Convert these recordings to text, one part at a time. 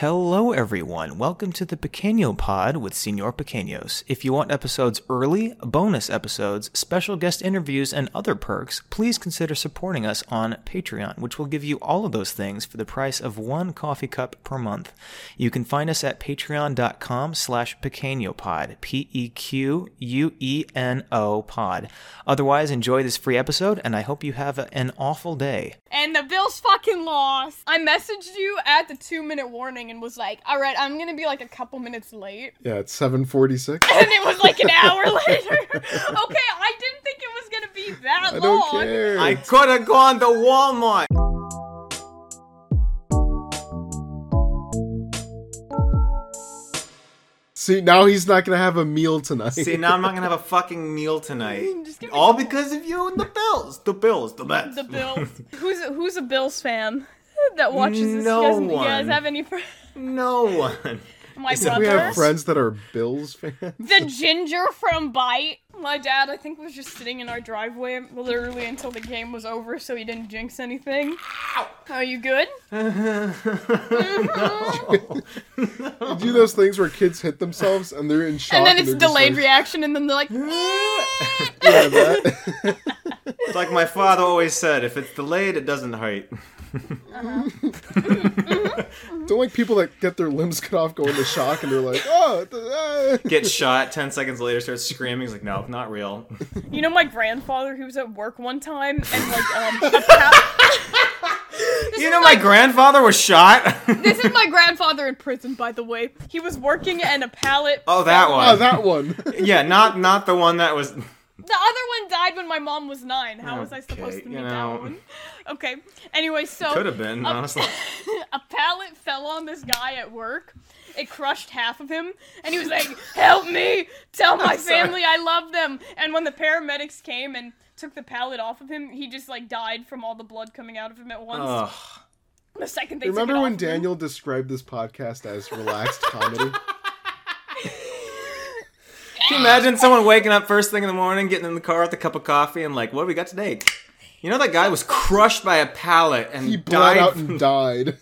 Hello, everyone. Welcome to the Pequeño Pod with Senor Pequeños. If you want episodes early, bonus episodes, special guest interviews, and other perks, please consider supporting us on Patreon, which will give you all of those things for the price of one coffee cup per month. You can find us at patreon.com slash pequeñopod, E P-E-Q-U-E-N-O E pod. Otherwise, enjoy this free episode, and I hope you have an awful day. And the Bills fucking lost. I messaged you at the two minute warning and was like, all right, I'm gonna be like a couple minutes late. Yeah, it's seven forty-six. And it was like an hour later. okay, I didn't think it was gonna be that I long. don't care. I could have gone to Walmart. See, now he's not gonna have a meal tonight. See, now I'm not gonna have a fucking meal tonight. Just give me All because of you and the Bills. The Bills. The Mets. The Bills. who's a, who's a Bills fan that watches this? No you guys, You guys one. have any friends? No one. My Except brother, we have friends that are Bills fans. the ginger from Bite. My dad, I think, was just sitting in our driveway literally until the game was over, so he didn't jinx anything. Are you good? You do those things where kids hit themselves and they're in shock. and then it's they're just delayed like, reaction, and then they're like, yeah, that. It's like my father always said, if it's delayed, it doesn't hurt. Don't like people that get their limbs cut off, go into shock, and they're like, oh. th- ah." Get shot. Ten seconds later, starts screaming. He's like, no, not real. You know my grandfather who was at work one time and like um a pa- you know, my grandfather was shot. this is my grandfather in prison by the way. He was working and a pallet oh, that one. Oh, that one. yeah, not not the one that was. The other one died when my mom was 9. How was I supposed Okay, to you meet know. that one? Okay. Anyway, so Could have been. Honestly, a pallet fell on this guy at work. It crushed half of him, and he was like, "Help me! Tell my sorry. family I love them!" And when the paramedics came and took the pallet off of him, he just like died from all the blood coming out of him at once. Ugh. The second they took Remember it when off of him. Daniel described this podcast as relaxed comedy? Can you imagine someone waking up first thing in the morning, getting in the car with a cup of coffee, and like, what do we got today? You know that guy was crushed by a pallet and He bled died out from and died.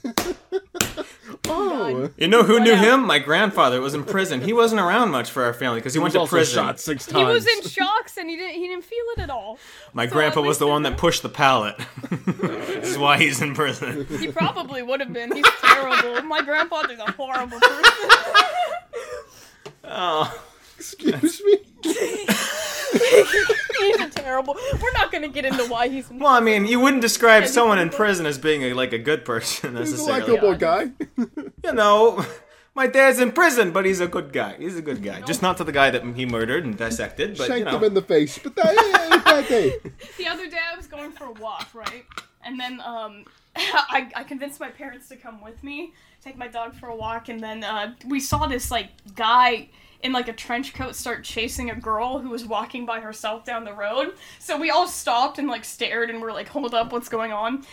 oh, You know who knew out. him? My grandfather was in prison. He wasn't around much for our family because he, went was to also prison. shot six times. He was in shocks and he didn't he didn't feel it at all. My So grandpa at was least the I one know. that pushed the pallet. this is why he's in prison. He probably would have been. He's terrible. My grandfather's a horrible person. Oh, Excuse me. He's a terrible. We're not gonna get into why he's. well, I mean, you wouldn't describe someone in prison as being a, like a good person He's a necessarily. likable guy. You know, my dad's in prison, but he's a good guy. He's a good guy, just not to the guy that he murdered and dissected. But you Shanked know, him in the face, but that, that day. The other day I was going for a walk, right? And then um, I, I convinced my parents to come with me, take my dog for a walk, and then uh, we saw this like guy in like a trench coat start chasing a girl who was walking by herself down the road. So we all stopped and like stared and were like, "Hold up, what's going on?"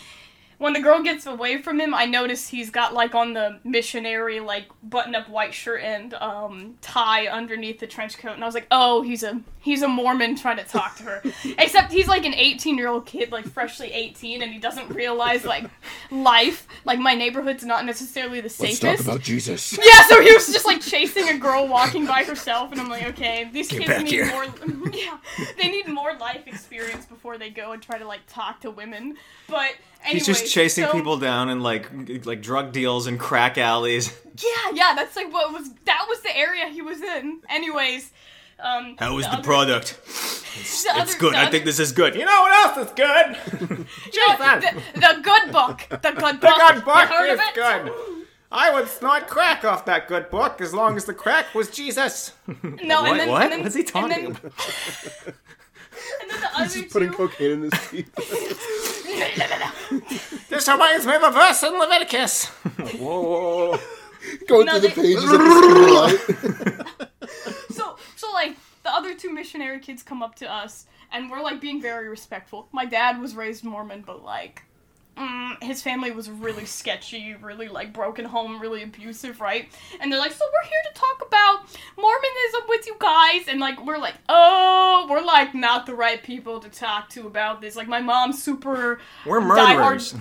When the girl gets away from him, I notice he's got like on the missionary like button-up white shirt and um, tie underneath the trench coat, and I was like, "Oh, he's a he's a Mormon trying to talk to her." Except he's like an 18-year-old kid, like freshly 18, and he doesn't realize like life. Like my neighborhood's not necessarily the safest. Jesus. Yeah, so he was just like chasing a girl walking by herself, and I'm like, okay, these kids back need here. more. yeah, they need more life experience before they go and try to like talk to women. But anyway, he's just chasing so- people down in like like drug deals and crack alleys. Yeah, yeah, that's like what was that was the area he was in. Anyways, um, How is the other- product? the It's other- good. the I other- think this is good. You know what else is good? yeah, Jason. the, the good book, the good book, good book You heard of is it? good. I would snort crack off that good book as long as the crack was Jesus. No, What- and then what? and then- What's he talking and then, about? And then the other He's putting two- cocaine in his teeth. This reminds me of a verse in Leviticus. Whoa. Going No, through the they- pages of the Spirit of Light. so so like the other two missionary kids come up to us and we're like being very respectful my dad was raised mormon but like mm, his family was really sketchy really like broken home really abusive right and they're like so we're here to talk about mormonism with you guys and like we're like oh we're like not the right people to talk to about this like my mom's super We're diehard- murderers.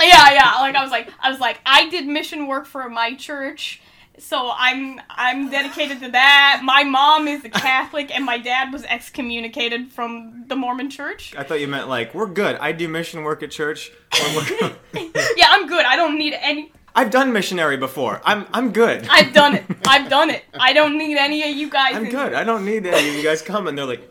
yeah, yeah. Like I was like, I was like, I did mission work for my church, so I'm I'm dedicated to that. My mom is a Catholic, and my dad was excommunicated from the Mormon church. I thought you meant like we're good. I do mission work at church. We're- Yeah, I'm good. I don't need any. I've done missionary before. I'm I'm good. I've done it. I've done it. I don't need any of you guys. I'm in- good. I don't need any of you guys coming. They're like,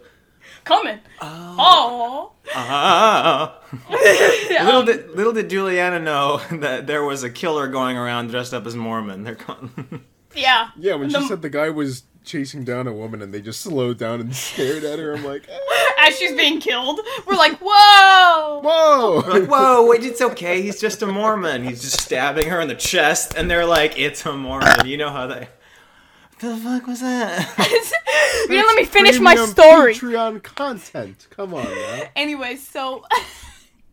Coming. Oh. ah. little did little did Juliana know that there was a killer going around dressed up as Mormon. They're going, Yeah. Yeah, when she The- said the guy was chasing down a woman and they just slowed down and stared at her, I'm like, eh, As she's being killed, we're like, whoa. whoa! whoa, wait, it's okay. He's just a Mormon. He's just stabbing her in the chest, and they're like, it's a Mormon. You know how they. The fuck was that? you didn't let me finish my Premium story. Patreon content. Come on now. anyway, so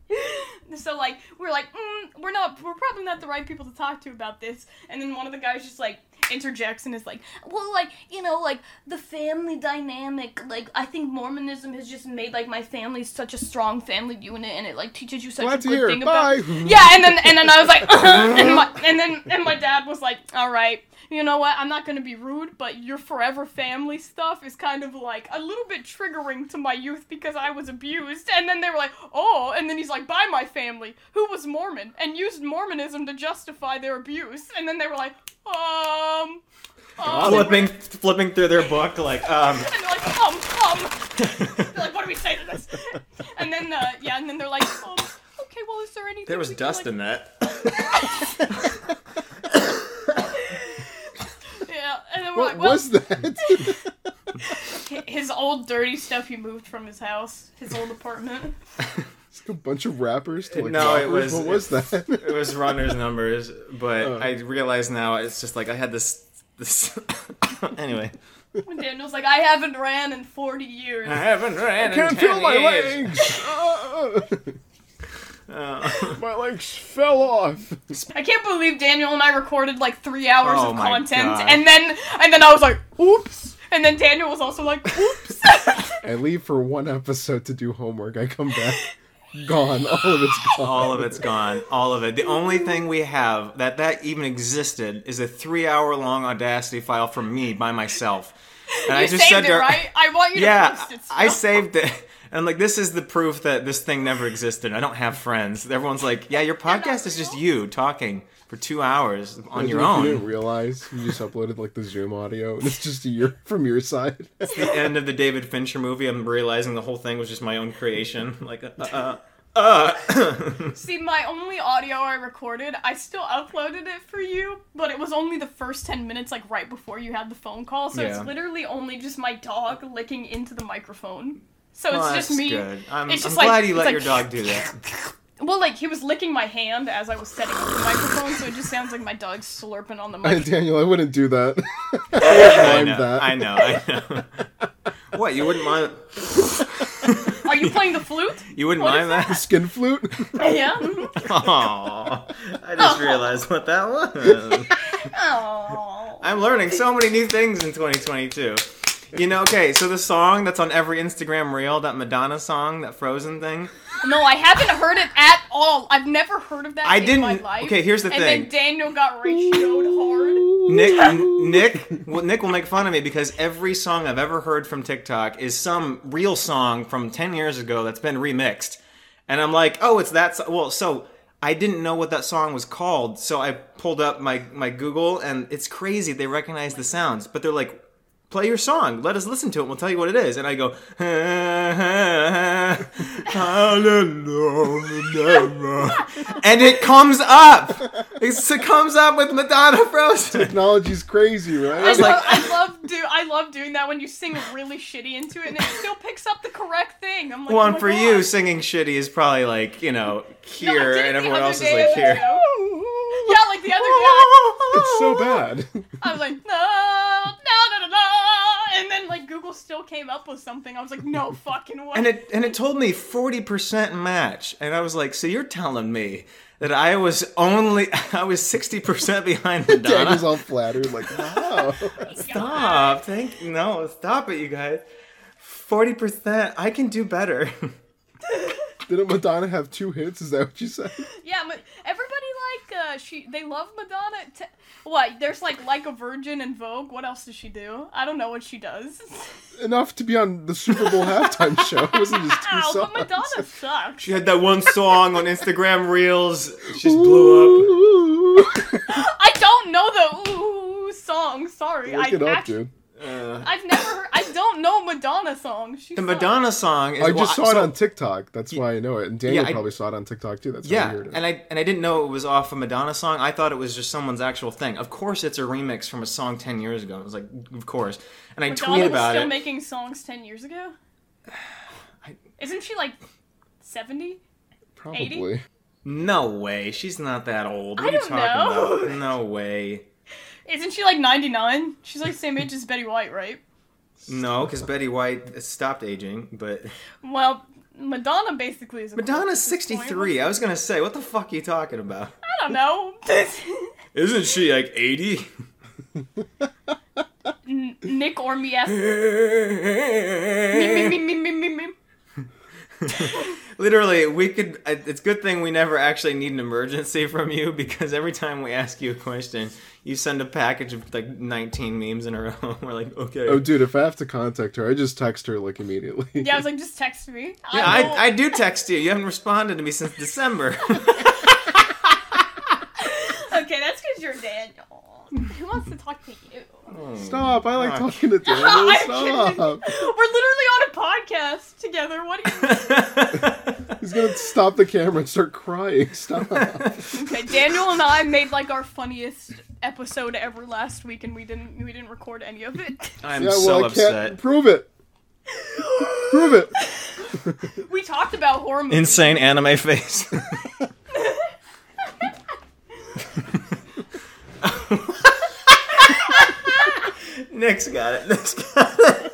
so like we're like mm, we're not we're probably not the right people to talk to about this. And then one of the guys just like interjects and is like, well, like you know, like the family dynamic. Like I think Mormonism has just made like my family such a strong family unit, and it like teaches you such Glad a to good hear thing it. about. Bye. Yeah, and then and then I was like, and my and then and my dad was like, all right, you know what? I'm not gonna be rude, but your forever family stuff is kind of like a little bit triggering to my youth because I was abused. And then they were like, oh, and then he's like, by my family, who was Mormon and used Mormonism to justify their abuse. And then they were like, um, um, and flipping, flipping through their book, like, um. they're like, um, um. They're like, what do we say to this? And then uh, yeah, and then they're like, um, okay, well, is there anything There was we can, dust like, in that. Yeah, and then we're What like, well, was that? his old dirty stuff he moved from his house, his old apartment. It's like a bunch of rappers to like No, it rappers. was- What was that? It was runner's numbers, but I realize now it's just like I had this. this anyway. When Daniel's like, I haven't ran in 40 years. I haven't ran. Can't feel my legs. Ah, Oh. my legs fell off. I can't believe Daniel and I recorded like three hours Oh of my content, God. and then and then I was like, oops. And then Daniel was also like, oops. I leave for one episode to do homework. I come back, gone. All of it's gone. All of it's gone. All of it. The only thing we have that that even existed is a three-hour-long Audacity file from me by myself. And you saved it, right? I want you to "Yeah, post it. I still." saved it." And I'm like, "This is the proof that this thing never existed. I don't have friends." Everyone's like, "Yeah, your podcast is just you talking for two hours on your Imagine if own." You didn't realize you just uploaded like the Zoom audio, and it's just your from your side. the end of the David Fincher movie, I'm realizing the whole thing was just my own creation. Like, uh, uh, uh. See, my only audio I recorded, I still uploaded it for you, but it was only the first 10 minutes, like right before you had the phone call, so it's Yeah. literally only just my dog licking into the microphone. So it's Well, just that's me. Good. I'm, it's just I'm like- glad you it's let like- your dog do that. Well, like he was licking my hand as I was setting up the microphone, so it just sounds like my dog slurping on the mic. Daniel, I wouldn't do that. I I know. that. I know. I know. what you wouldn't mind? Are you playing the flute? You wouldn't What is mind that? Skin flute. yeah. mhm. Aw, I just realized what that was. Aw. I'm learning so many new things in 2022. You know, okay, so the song that's on every Instagram reel, that Madonna song, that Frozen thing. No, I haven't heard it at all. I've never heard of that I in my didn't- life. okay, here's the and thing. And then Daniel got ratioed hard. Nick, n- Nick, well, Nick will make fun of me because every song I've ever heard from TikTok is some real song from ten years ago that's been remixed, and I'm like, oh, it's that. So-. Well, so I didn't know what that song was called, so I pulled up my my Google, and it's crazy. They recognize the sounds, but they're like, play your song, let us listen to it, we'll tell you what it is, and I go, and it comes up. It's- It comes up with Madonna Frozen. Technology's crazy, I, like- right? love, I love do I love doing that when you sing really shitty into it and it still picks up the correct thing. I'm like, oh one my for God. you singing shitty is probably like you know No, I did here it and the everyone other else is day like as a here joke. Yeah, like the other day. I- It's "Oh." so bad. I was like, no, no, no, no, no. And then, like, Google still came up with something. I was like, no fucking way. and it and it told me 40% match and i was like so you're telling me that i was only i was 60% behind the Daniel's Donna. all flattered, like, wow. stop thank no stop it you guys 40% i can do better Didn't Madonna have two hits? Is that what you said? yeah, but, uh, she they love Madonna. T- what? There's like like a virgin in Vogue. What else does she do? I don't know what she does. Enough to be on the Super Bowl halftime show. It wasn't just two Ow, songs. but Madonna sucks. She had that one song on Instagram Reels. She just blew up. Blew up. I don't know the ooh song. Sorry, Look I it up, act- dude. I've never heard. I don't know Madonna songs. She The sucks. Madonna song is I just well, saw it so- on TikTok. That's why I know it. And Daniel Yeah, I- probably saw it on TikTok too. That's why I Yeah, heard it. and I and I didn't know it was off a Madonna song. I thought it was just someone's actual thing. Of course, it's a remix from a song ten years ago. I was like, of course. And I Madonna tweet was about still it. making songs ten years ago. Isn't she like seventy? probably. no way, she's not that old. What I are you don't talking know. about? No way. Isn't she like ninety nine? She's like same age as Betty White, right? No, because Betty White stopped aging, but Well, Madonna basically is. A Madonna's corpse at this point. 63. I was gonna say, what the fuck are you talking about? I don't know. Isn't she like 80? N- Nick or me as- me, me, Literally, me, me, me, me, me. we could. uh, It's a good thing we never actually need an emergency from you because every time we ask you a question, you send a package of like 19 memes in a row. We're like, okay. Oh, dude, if I have to contact her, I just text her like immediately. Yeah, I was like, just text me. yeah, will- I, I do text you. You haven't responded to me since December. okay, that's because you're Daniel. Who wants to talk to you? Stop! I like Fuck. talking to Daniel. I'm Stop! kidding. We're literally on a podcast together. What do you? He's gonna stop the camera and start crying. Stop! Okay, Daniel and I made like our funniest episode ever last week, and we didn't we didn't record any of it. I'm yeah, well, so I upset. can't prove it. prove it. We talked about horror movies. Insane anime face. Nick's got it. Nick's got it.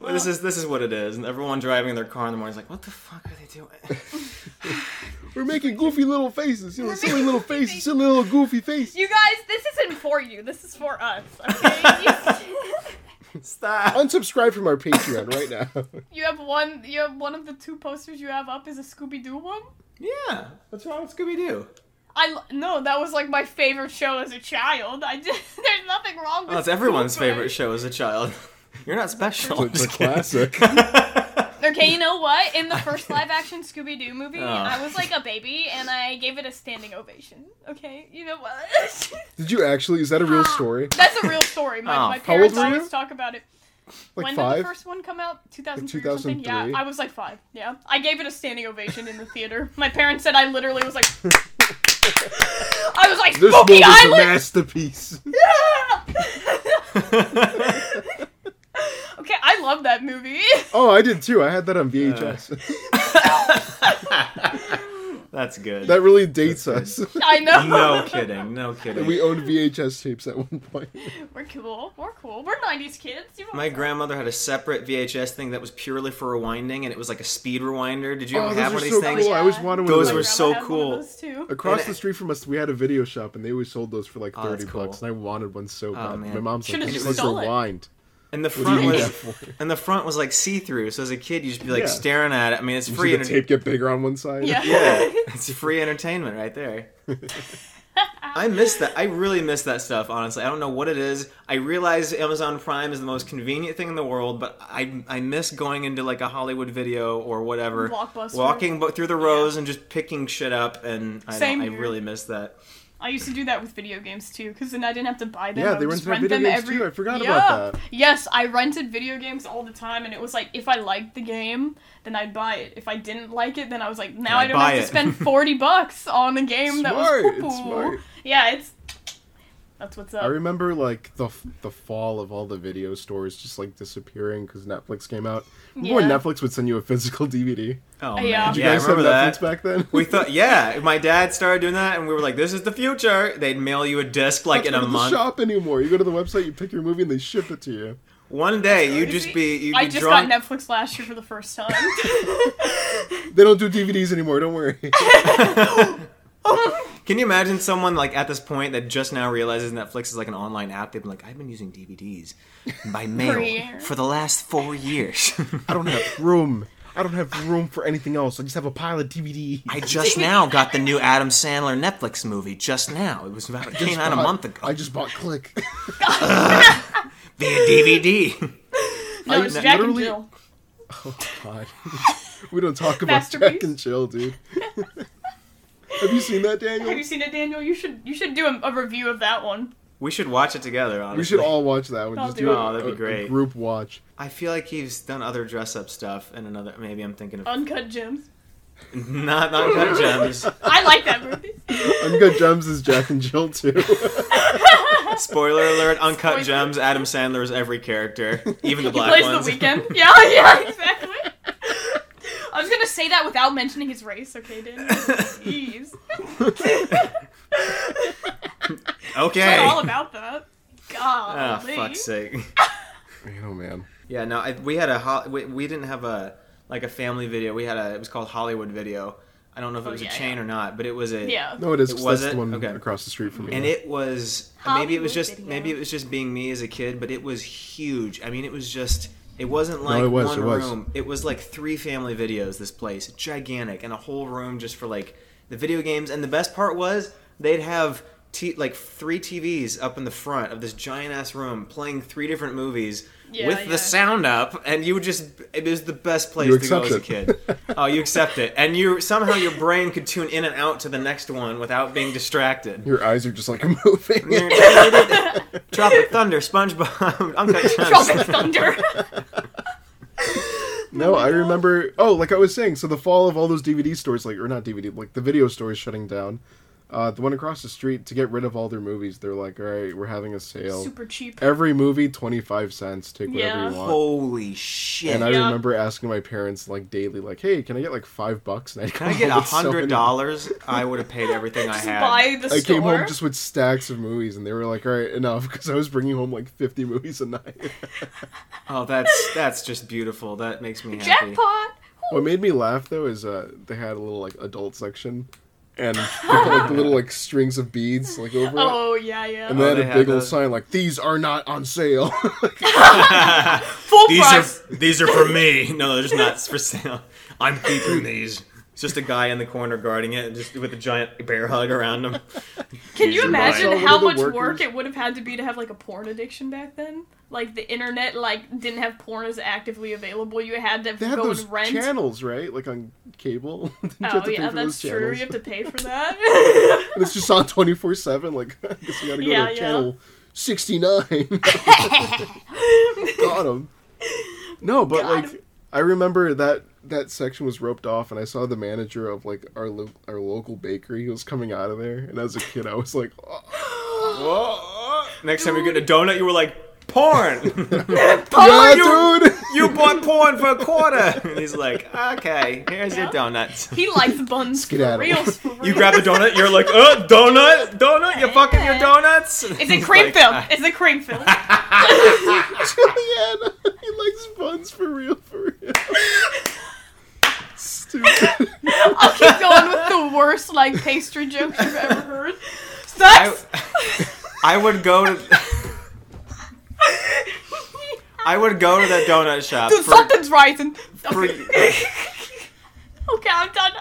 Well, this is this is what it is. And everyone driving their car in the morning is like, "What the fuck are they doing?" We're making goofy little faces. You know, silly little faces, silly little goofy face. You guys, this isn't for you. This is for us. Okay. Stop. Unsubscribe from our Patreon right now. you have one. You have one of the two posters you have up is a Scooby Doo one. Yeah. What's wrong with Scooby Doo? I lo- no, that was like my favorite show as a child. I just there's nothing wrong with. Well, it's everyone's Scooby. favorite show as a child. You're not special. It's a Just kidding. classic. Okay, you know what? In the first live action Scooby Doo movie, Oh. I was like a baby and I gave it a standing ovation. Okay, you know what? Did you actually? Is that a real story? That's a real story. My, Oh. How my old parents were you? always talk about it. Like when did five? the first one come out? 2003, or something? Yeah, 2003. I was like five. Yeah. I gave it a standing ovation in the theater. My parents said I literally was like. I was like, This Spooky moment's a Island! masterpiece. okay, I love that movie. Oh, I did too. I had that on VHS. That's good. that really dates us. I know. no kidding. No kidding. we owned VHS tapes at one point. We're cool. We're cool. We're 90s kids. You know My grandmother had a separate VHS thing that was purely for rewinding, and it was like a speed rewinder. Did you Oh, ever those have are one of these so things? cool. I always wanted one of Those my were those. so grandma had one cool. of those too. Across and- Oh, the street from us, we had a video shop, and they always sold those for like that's thirty bucks, cool. Oh, and I wanted one so bad. man. My mom's Should've like, just "Let's stole it." rewind." And the front mean was, that for? and the front was like see through. So as a kid, you'd just be like Yeah. staring at it. I mean, it's You free. see the enter- tape get bigger on one side. Yeah. Yeah, it's free entertainment right there. I miss that. I really miss that stuff. Honestly, I don't know what it is. I realize Amazon Prime is the most convenient thing in the world, but I I miss going into like a Hollywood video or whatever, Blockbuster. walking bu- through the rows and just picking shit up. And I, Same don't, I here. really miss that. I used to do that with video games too, because then I didn't have to buy them. Yeah, I would they were just into rent video them games, every... too. I forgot yeah. about that. Yes, I rented video games all the time, and it was like if I liked the game, then I'd buy it. If I didn't like it, then I was like, now I I'd don't have buy to it. spend forty bucks on a game that was Smart, poo it's smart. Yeah, it's that's what's up. I remember like the f- the fall of all the video stores just like disappearing because Netflix came out. Remember when Yeah. Netflix would send you a physical DVD? Oh man, yeah. yeah, Did You I guys had remember Netflix that. back then? We thought, yeah, my dad started doing that, and we were like, "This is the future." They'd mail you a disc like Not in go a to the month. shop anymore. You go to the website, you pick your movie, and they ship it to you. One day, you'd just be you'd I be just drunk. got Netflix last year for the first time. They don't do DVDs anymore. Don't worry. Can you imagine someone like at this point that just now realizes Netflix is like an online app? They've been like, "I've been using DVDs by mail year. for the last four years." I don't have room. I don't have room for anything else. I just have a pile of DVD. I just now got the new Adam Sandler Netflix movie. Just now, it was about it came out a month ago I just bought Click. via DVD. No, I it's Jack literally- and Jill. Oh, God. we don't talk about Jack Masterpiece. and Jill, dude. have you seen Have that, Daniel? you seen it, Daniel? You should you should do a, a review of that one. we should watch it together. Honestly, We should all watch that one. I'll Just do do it. a- Oh, that'd be a- a great. group watch. I feel like he's done other dress-up stuff and another. Maybe I'm thinking of Uncut Gems. not not Uncut Gems. I like that movie. Uncut Gems is Jack and Jill too. Spoiler alert: Uncut Spoiler. Gems. Adam Sandler is every character, even the he black plays ones. the weekend. Yeah, yeah, exactly. I was gonna say that without mentioning his race, okay, Daniel? Jeez. Okay. We're all about that. Ah, God. fuck's sake. man, oh man. Yeah, no, I, we had a ho- we, we didn't have a like a family video. We had a it was called Hollywood Video. I don't know if it Oh, was yeah, a chain or not, but it was a Yeah. No, it is. 'cause Was that's it? the one Okay. across the street from me. And it was uh, maybe it was Hollywood just Video. maybe it was just being me as a kid, but it was huge. I mean, it was just it wasn't like it was, one it was. room. It was like three family videos. This place gigantic and a whole room just for like the video games. And the best part was they'd have. T- like three TVs up in the front of this giant ass room playing three different movies Yeah, with yeah. the sound up, and you would just it was the best place You to go as a accept kid. it. oh, you accept it, and you somehow your brain could tune in and out to the next one without being distracted. Your eyes are just like Mm-hmm. moving. Tropic Thunder, SpongeBob, Uncut Tropic Gems. Thunder. no, I remember. Oh, like I was saying, so the fall of all those DVD stores, like or not DVD, like the video stores shutting down. Uh, the one across the street to get rid of all their movies. They're like, all right, we're having a sale. Super cheap. Every movie, twenty five cents. Take whatever Yeah. you want. Holy shit! And I Yeah. remember asking my parents like daily, like, "Hey, can I get like five bucks?" And Can I get a hundred dollars? I would have paid everything I Just had. buy the I store. came home just with stacks of movies, and they were like, "All right, enough," because I was bringing home like fifty movies a night. Oh, that's that's just beautiful. That makes me happy. Jackpot. what made me laugh though is uh, they had a little like adult section, and they put, like the little like strings of beads like over it, Oh yeah, yeah. and they Oh, had they a had big old those. sign like, "These are not on sale." Full price. these are for me. No, they're just not for sale. I'm keeping these. It's just a guy in the corner guarding it, just with a giant bear hug around him. Can you These are imagine mine. how Some much of the work workers- it would have had to be to have like a porn addiction back then? Like the internet, like didn't have porn as actively available. You had to they had go those and rent. channels, right? Like on cable. Didn't you have oh to pay yeah, for that's those true. channels? You have to pay for that. And it's just on twenty four seven. Like, I guess you got to go Yeah, to yeah. channel sixty nine. Got him. No, but Got like him. I remember that that section was roped off, and I saw the manager of like our lo- our local bakery. He was coming out of there, and as a kid, I was like, oh, Next time you get a donut, you were like, porn. Oh, yeah, you- dude. you bought porn for a quarter. And he's like, okay, here's your donuts. he likes buns for Skedaddle. real. For real. You grab a donut, you're like, oh, donut, donut, you fucking your donuts. It's a cream film. uh, It's a cream film. Juliana, he likes buns for real, for real. Stupid. I'll keep going with the worst like pastry jokes you've ever heard. Sex. I would go to. I would go to that donut shop. Dude, For, something's rising. for, Okay. okay, I'm done.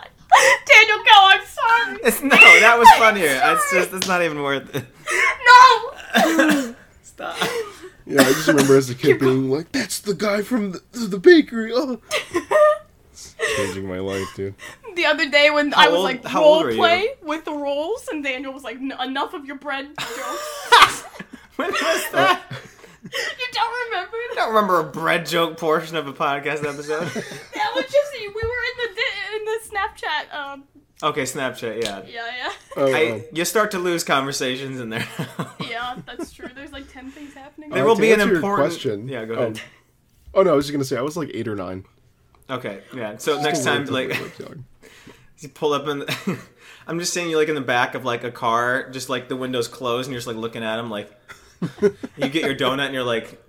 Daniel, go. I'm sorry. it's, no, that was funnier. That's just, it's not even worth it. No. Stop. Yeah, I just remember as a kid being like, "That's the guy from the, the bakery." Oh, It's changing my life, dude. The other day when I was old- like how old role were you? play with the rolls, and Daniel was like, "N- "Enough of your bread jokes." When was that? you don't remember I that? don't remember a bread joke portion of a podcast Oh, episode. That was just we were in the di- in the Snapchat. Um, Okay, Snapchat, yeah. yeah, yeah, Oh, I, you start to lose conversations in there. yeah. That's true. There's like ten things happening. There Uh, will to be an answer your important- question. um, Yeah, go ahead. Oh. Oh, no, I was just gonna say I was like eight or nine. Okay, yeah. So next Still time, relatively, like, young. you pull up in. The, I'm just saying, you're like in the back of like a car, just like the windows closed, and you're just like looking at him, like. you get your donut, and you're like,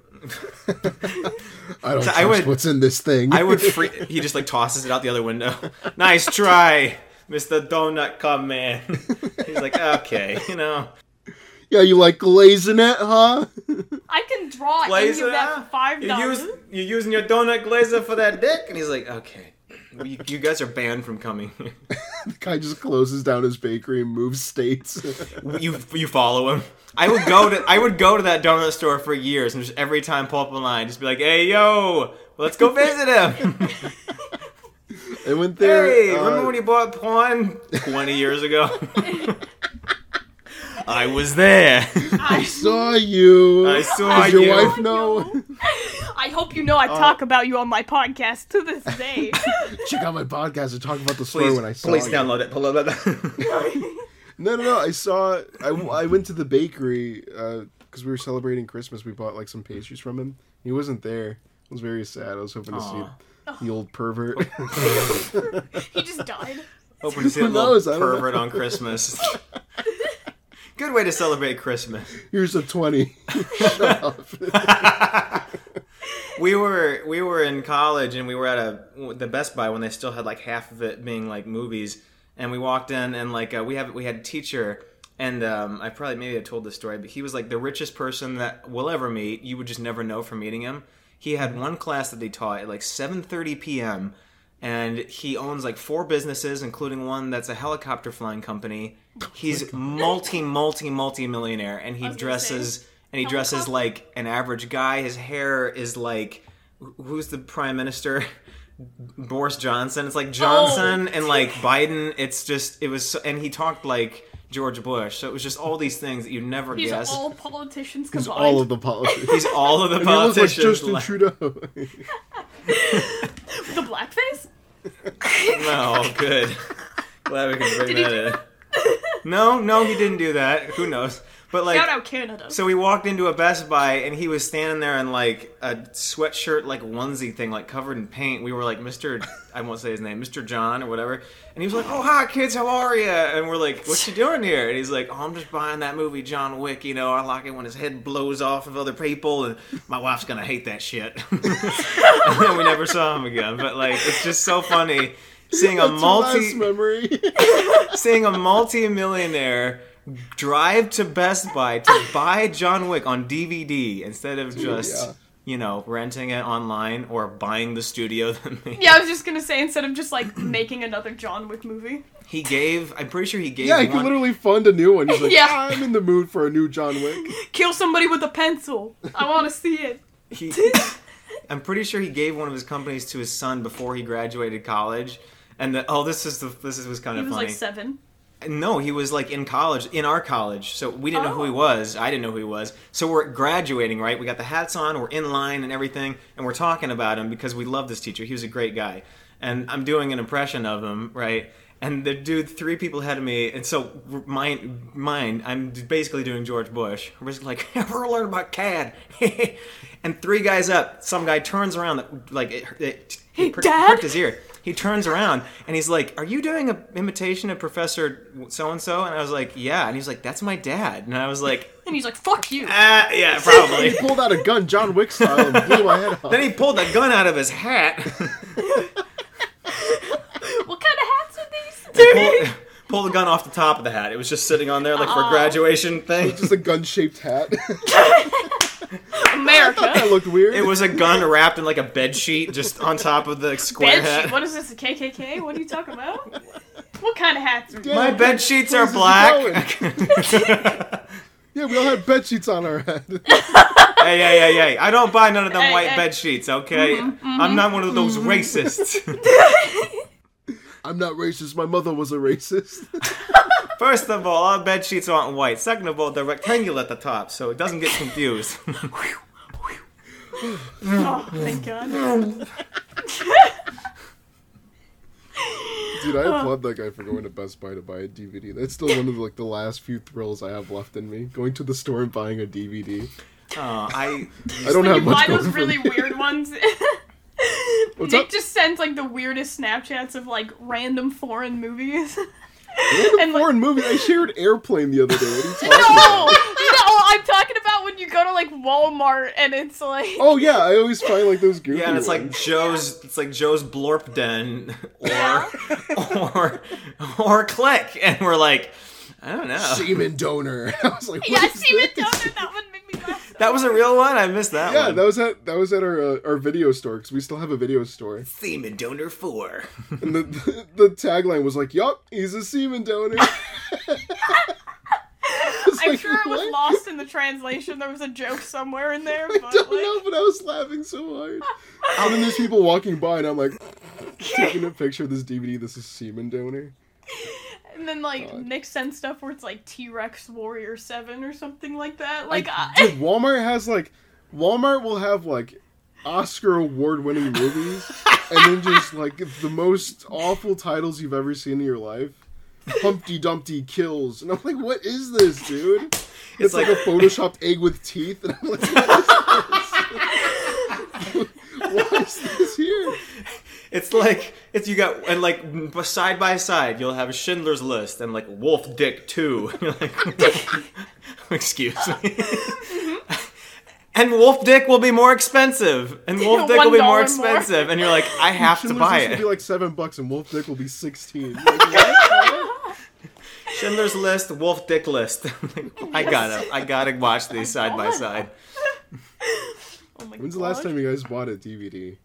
I don't I trust would- what's in this thing. I would. Free-. He just like tosses it out the other window. nice try, Mister Donut Come Man. He's like, okay, you know. yeah, you like glazing it, huh? I can draw any of Glazer, that for five you use dollars. you using your donut glazer for that dick, and he's like, okay. You, you guys are banned from coming. The guy just closes down his bakery and moves states. you you follow him. I would go to I would go to that donut store for years, and just every time pull up a line, just be like, "Hey, yo, let's go visit him." and went there. hey, uh, remember when you bought porn twenty years ago? I was there. I saw you. I saw Does your you. wife know? I hope you know Uh, I talk about you on my podcast to this day. Check out my podcast and talk about the store Please, when I saw please you. download it. Pull up that. No, no, no. I saw. I, I went to the bakery because we were celebrating Christmas. We bought like some pastries from him. He wasn't there. I was very sad. I was hoping Aw. to see the old pervert. he just died. Hoping to see a Who knows? I little don't know. pervert on Christmas. Good way to celebrate Christmas. Here's a twenty. we were we were in college and we were at a the Best Buy when they still had like half of it being like movies, and we walked in and like uh, we have we had a teacher. And um, I probably maybe I told this story, but he was like the richest person that we'll ever meet. You would just never know from meeting him. He had one class that he taught at like 7:30 p.m. and he owns like four businesses, including one that's a helicopter flying company. Oh He's multi, multi, multi millionaire, and he was gonna say. dresses and he dresses Helicopter? like an average guy. His hair is like wh- who's the prime minister? Boris Johnson. It's like Johnson Oh. and like Biden. It's just it was so, and he talked like George Bush. So it was just all these things that you never He's guess. all politicians He's combined. all of the politics. He's all of the He looks like politicians. Justin like- Trudeau. the blackface? no, good. Glad we can bring that in. No, no, he didn't do that. Who knows? But like Shout out Canada. So we walked into a Best Buy and he was standing there in like a sweatshirt, like onesie thing, like covered in paint. We were like, Mr. I won't say his name, Mr. John or whatever. And he was like, Oh, hi, kids, how are you? And we're like, What you doing here? And he's like, Oh, I'm just buying that movie, John Wick. You know, I like it when his head blows off of other people, and my wife's going to hate that shit. and then we never saw him again. But like, it's just so funny seeing a That's your multi last memory. seeing a multi-millionaire drive to Best Buy to buy John Wick on DVD instead of just yeah. you know renting it online or buying the studio that made. yeah, I was just gonna say instead of just like making another John Wick movie. He gave. I'm pretty sure he gave. yeah, he could one- literally fund a new one. He's like, Yeah. I'm in the mood for a new John Wick. Kill somebody with a pencil. I wanna see it. he- I'm pretty sure he gave one of his companies to his son before he graduated college. And the, oh, this is the this is was kind He of was funny. like seven. No, he was like in college, in our college. So we didn't know who he Oh. was. I didn't know who he was. So we're graduating, right? We got the hats on, we're in line and everything, and we're talking about him because we love this teacher. He was a great guy. And I'm doing an impression of him, right? And the dude, three people ahead of me, and so mind, mind, I'm basically doing George Bush. We're just like, we're learning about CAD, and three guys up. Some guy turns around, that- like it, it, he pricked- Dad? pricked his his ear. He turns around and he's like, "Are you doing an imitation of Professor so and so?" And I was like, "Yeah." And he's like, "That's my dad." And I was like, And he's like, fuck you. "Ah, yeah, probably." He pulled out a gun, John Wick style, and blew my head off. then he pulled a gun out of his hat, what kind of hats are these? pulled, pulled the gun off the top of the hat. It was just sitting on there like for a graduation thing. just a gun-shaped hat. that America. looked weird. It was a gun wrapped in like a bed sheet, just on top of the square Bed sheet. hat. What is this? A KKK? What are you talking about? What kind of hats are these? Yeah, My but- bed sheets are is black. Yeah, we all had bed sheets on our head. hey, hey, hey, hey! I don't buy none of them Hey, white hey. Mm-hmm, bed sheets. Okay, I'm not one of those racists. I'm not racist. My mother was a racist. First of all, our bed sheets aren't white. Second of all, they're rectangular at the top, so it doesn't get confused. Uh, Oh, thank God. Dude, I applaud that guy for going to Best Buy to buy a DVD. That's still one of like the last few thrills I have left in me. Going to the store and buying a DVD. Aw, I I don't When have you buy much going those for really me. weird ones. What's Nick up? just sends like the weirdest Snapchats of like random foreign movies. Oh, Random and, like- foreign movie. I shared airplane the other day. What are you talking No, about? no, I'm talking about when you go to like Walmart and it's like Oh yeah, I always find like those goofy. yeah, and it's like ones. Joe's, it's like Joe's Blorp Den, or or or Click, and we're like, I don't know. semen donor. I was like, what yeah, is semen this? donor. That would make me laugh. so That was a real one. I missed that Yeah, one. that was at that was at our uh, our video store because we still have a video store. Semen donor four. And the the, the tagline was like, "Yup, he's a semen donor." I'm like, sure it was what? lost in the translation. There was a joke somewhere in there, I but don't like, know, but I was laughing so hard. And then there's people walking by, and I'm like, taking a picture of this DVD. This is semen donor. and then like God. Nick sent stuff where it's like T Rex Warrior Seven or something like that. Like, Dude, I, Walmart has like, Walmart will have like Oscar award winning movies, and then just like the most awful titles you've ever seen in your life. Humpty Dumpty kills, and I'm like, what is this, dude? It's, like, like- a photoshopped egg with teeth, and I'm like, what is this? Why is this here? It's like it's you got and like side by side you'll have Schindler's List and like Wolf Dick Two. You're like, Excuse me. and Wolf Dick will be more expenve, and Wolf Dick will be $1 more. more expensive, and you're like, I have to buy Schindler's List it. will be like seven bucks, and Wolf Dick will be sixteen. Like, what? Schindler's List, Wolf Dick List. I gotta, I gotta watch these side by God. side. oh my When's the last God. time you guys bought a DVD?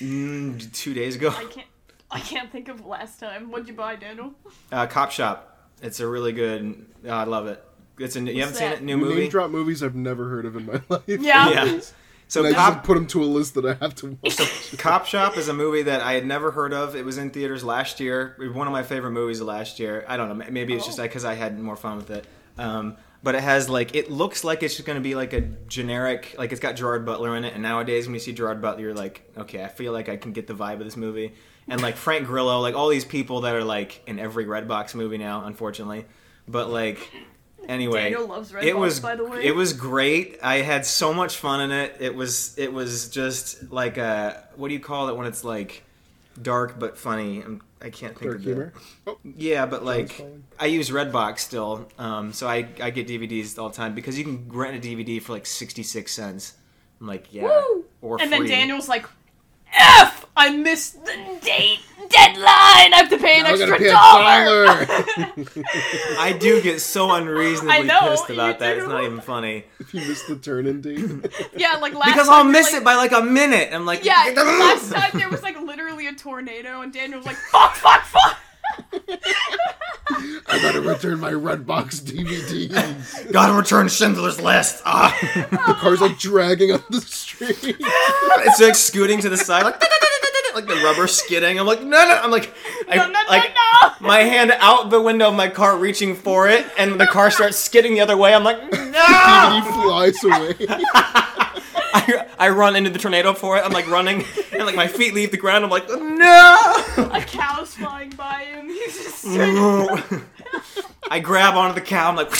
Mm, Two days ago, I can't. I can't think of last time. What'd you buy, Daniel? uh, Cop Shop. It's a really good. oh, I love it. It's a. new- You haven't seen that? it? New You movie. Name drop movies I've never heard of in my life. Yeah. Yeah. So And I Cop just put them to a list that I have to watch. Cop Shop is a movie that I had never heard of. It was in theaters last year. It was one of my favorite movies of last year. I don't know. ma- Maybe it's just because I had more fun with it. Um, but it has like it looks like it's just going to be like a generic like it's got Gerard Butler in it. And nowadays when you see Gerard Butler, you're like, okay, I feel like I can get the vibe of this movie. And like Frank Grillo, like all these people that are like in every Redbox movie now, unfortunately. But like anyway, Daniel loves Redbox, it was by the way. it was was great. I had so much fun in it. It was it was just like a what do you call it when it's like dark but funny? I'm, I can't think Dark of humor. Oh, The, yeah, but like calling. I use Redbox still, um, so I I get DVDs all the time because you can rent a DVD for like sixty six cents. I'm like yeah, Woo! or And free. then Daniel's like, "F! I missed the date deadline. I have to pay an I gotta extra pay a dollar." dollar. I do get so unreasonably I know, pissed you about that. It's do. not even funny if you missed the turn in date, Yeah, like last because time I'll you're miss like- it by like a minute. I'm like Yeah, last time there was like literally a tornado, and Daniel was like, "Fuck, fuck, fuck." I gotta return my Redbox DVDs. Gotta return Schindler's List. Ah. The car's like dragging up the street. it's like scooting to the side, like "Da-da-da-da-da-da," like the rubber skidding. I'm like, no, no. I'm like, I, No, no, no, like no. my hand out the window of my car, reaching for it, and the car starts skidding the other way. I'm like, no. and he flies away. I, I run into the tornado for it. I'm like running, and like my feet leave the ground. I'm like, no. A cow's flying by him. He's just I grab onto the cow. I'm like,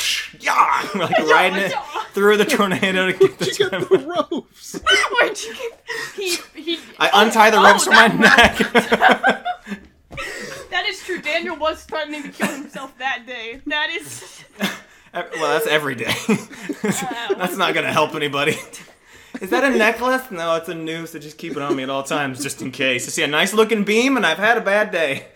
yeah, I'm like riding it through the tornado to get the. You get the ropes. Wait, you can- he he. I untie the Oh, ropes from my that neck. That is true. Daniel was threatening to kill himself that day. That is. Ev- Well, that's every day. that's not gonna help anybody. Is that a necklace? No, it's a noose. I just keep it on me at all times, just in case. I see a nice looking beam, and I've had a bad day.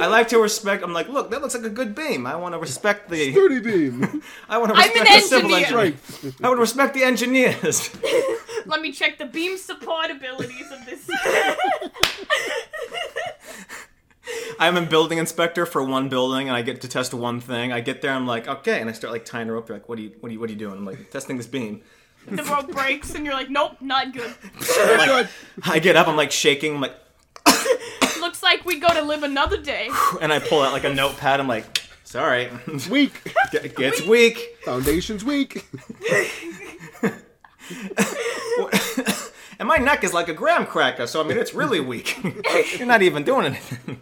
I like to respect. I'm like, look, that looks like a good beam. I want to respect the. Dirty beam. I want to I'm respect an the civil engineer. engineer. Right. I would respect the engineers. Let me check the beam support abilities of this. I'm a building inspector for one building, and I get to test one thing. I get there, I'm like, okay, and I start like tying a rope. They're like, what are you, what are you, what are you doing? I'm like, testing this beam. the rope breaks, and you're like, nope, not good. Like, I get up, I'm like shaking, I'm like, Looks like we go to live another day. and I pull out like a notepad. I'm like, sorry, Weak. it gets weak. Foundation's weak. and my neck is like a graham cracker, so I mean it's really weak. You're not even doing anything.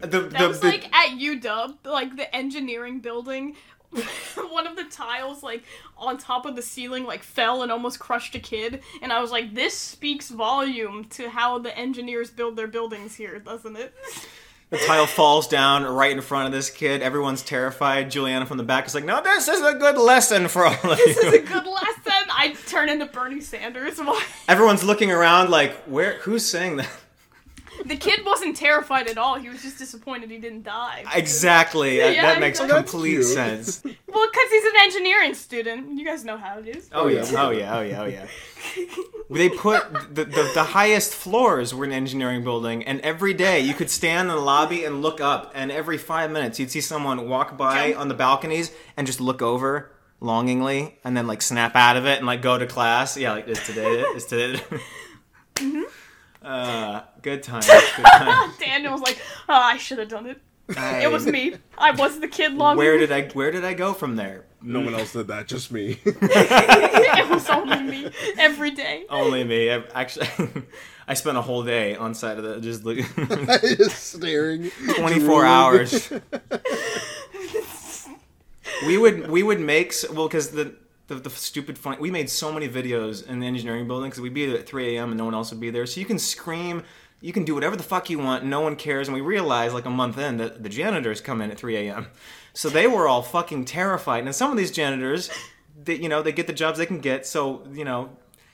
The, That the, was the- like at UW, like the engineering building. One of the tiles, like on top of the ceiling, like fell and almost crushed a kid. And I was like, this speaks volume to how the engineers build their buildings here, doesn't it? the tile falls down right in front of this kid. Everyone's terrified. Juliana from the back is like, "No, this is a good lesson for all of this you." is a good lesson. I turn into Bernie Sanders. Why? Everyone's looking around like, "Where? Who's saying that?" The kid wasn't terrified at all. He was just disappointed he didn't die. Exactly. that, Yeah, that makes exactly. complete That's cute. sense. Well, because he's an engineering student. You guys know how it is. Oh, Oh, yeah. yeah. Oh yeah. Oh yeah. Oh yeah. they put the, the the highest floors were an engineering building, and every day you could stand in the lobby and look up, and every five minutes you'd see someone walk by Okay. on the balconies and just look over longingly, and then like snap out of it and like go to class. Yeah, like is today it? Is today? It? Uh, good times. Good times. Daniel's like, oh, I should have done it. It was I- me. I was the kid long. Where did I where did I go from there? No one else did that, just me. it was only me every day. Only me. I, actually, I spent a whole day on side of the just look, staring. 24 hours. we would we would make s- well because the, the the stupid funny we made so many videos in the engineering building because we'd be there at 3 a.m. and no one else would be there. So you can scream, you can do whatever the fuck you want. No one cares. And we realized like a month in that the janitors come in at 3 a.m. So they were all fucking terrified. And some of these janitors, they, you know, they get the jobs they can get. So you know,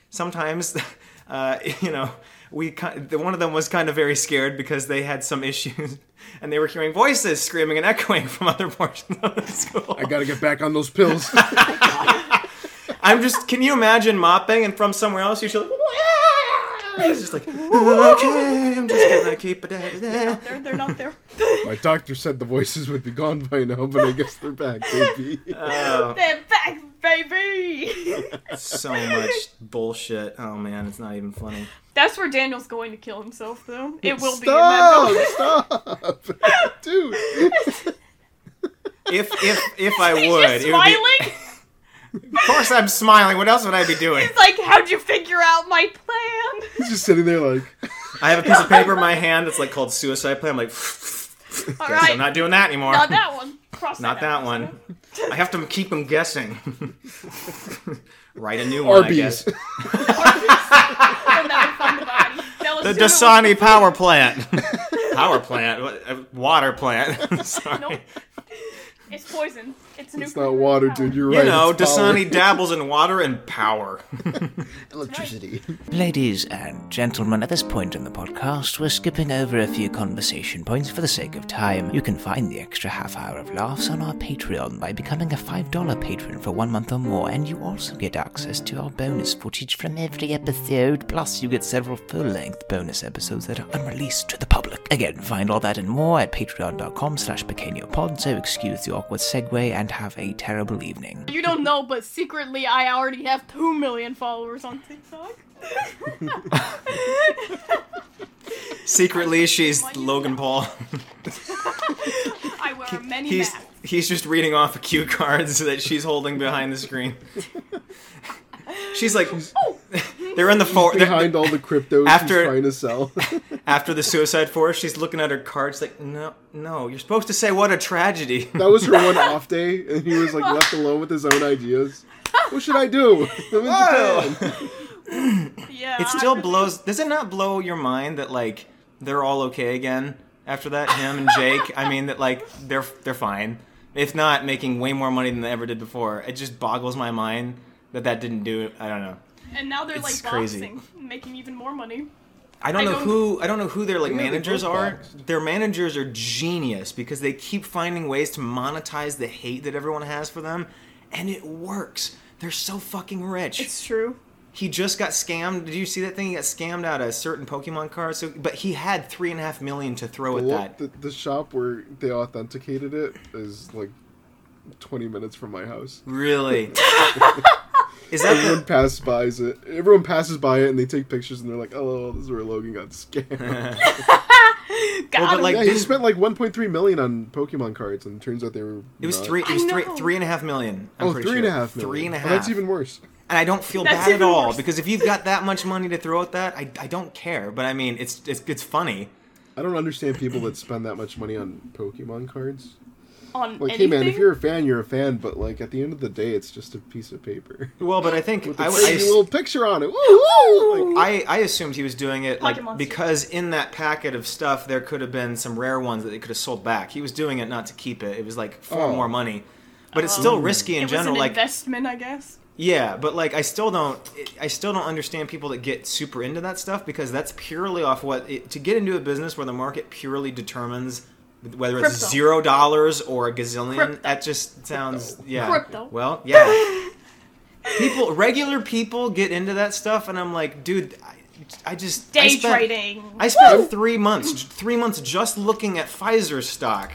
sometimes, uh, you know, we ki- the one of them was kind of very scared because they had some issues and they were hearing voices screaming and echoing from other portions of the school. I gotta get back on those pills. I'm just, can you imagine mopping and from somewhere else you should like, it's just like, okay, I'm just gonna keep it. at- They're, they're not there. My doctor said the voices would be gone by now, but I guess they're back, baby. Oh, They're back, baby. so much bullshit. Oh man, it's not even funny. That's where Daniel's going to kill himself, though. It will be in that stop! building. stop! Dude! If if if I would, He's it just would be- smiling. of course I'm smiling. What else would I be doing? He's like, how'd you figure out my plan? He's just sitting there like, I have a piece of paper in my hand that's like called suicide plan. I'm like, All guess right, I'm not doing that anymore. not that one. Cross Not that one. I have to keep them guessing. Write a new one, I guess. Arby's. And then from the body. Now let's The do it with- Dasani power plant. power plant? What- uh, Water plant. Sorry. Nope. It's poison. It's nuclear. It's not water, power. dude. You're right. You know, it's power. Dasani dabbles in water and power. Electricity. Ladies and gentlemen, at this point in the podcast, we're skipping over a few conversation points for the sake of time. You can find the extra half hour of laughs on our Patreon by becoming a $5 patron for one month or more, and you also get access to our bonus footage from every episode, plus you get several full-length bonus episodes that are unreleased to the public. Again, find all that and more at patreon.com slash pequeñopod, so excuse the awkward segue and have a terrible evening. You don't know, but secretly, I already have two million followers on TikTok. Secretly, she's Logan Paul. I wear many He's hats. he's just reading off cue cards that she's holding behind the screen. She's like, they're in the for- they're- Behind all the cryptos After- he's trying to sell. After the suicide forest, she's looking at her cards like, no, no, you're supposed to say what a tragedy. That was her one off day, and he was like left alone with his own ideas. What should I do? I'm in Whoa. Japan. Yeah. It still blows. Does it not blow your mind that like they're all okay again after that? Him and Jake. I mean that like they're they're fine. If not making way more money than they ever did before, it just boggles my mind that that didn't do. it. I don't know. And now they're It's like crazy. boxing, making even more money. I don't I know don't- who I don't know who their like Yeah, they managers both are. boxed. Their managers are genius because they keep finding ways to monetize the hate that everyone has for them, and it works. They're so fucking rich. It's true. he just got scammed. Did you see that thing? He got scammed out of a certain Pokemon card. So, but he had three and a half million to throw at Well, that. the, the shop where they authenticated it is like 20 minutes from my house. Really? Is that Everyone passes by it. Everyone passes by it, and they take pictures, and they're like, "Oh, this is where Logan got scammed." Got but, him. like- yeah, he Didn't- spent like 1.3 million on Pokemon cards, and it turns out they were. it was not. three. It was I three. know. Three and a half million. I'm Oh, pretty three and sure. a half million. Three and a Oh, half. that's even worse. and I don't feel That's bad at even all worse. because if you've got that much money to throw at that, I, I don't care. But I mean, it's it's it's funny. I don't understand people that spend that much money on Pokemon cards. on Like, anything. hey man, if you're a fan, you're a fan, but like at the end of the day, it's just a piece of paper. Well, but I think I, I, I, little picture on it. Woo, woo! Like, I, I assumed he was doing it like Pokemon. because in that packet of stuff there could have been some rare ones that they could have sold back. He was doing it not to keep it. It was like for Oh. more money, but it's still risky in Oh. it was general. an Like investment, I guess. Yeah, but like I still don't I still don't understand people that get super into that stuff because that's purely off what it, to get into a business where the market purely determines whether it's Crypto. zero dollars or a gazillion. Crypto. That just sounds yeah. Crypto. Well, yeah. people, regular people get into that stuff, and I'm like, dude, I, I just I Day spent- trading. I spent three months, three months just looking at Pfizer stock,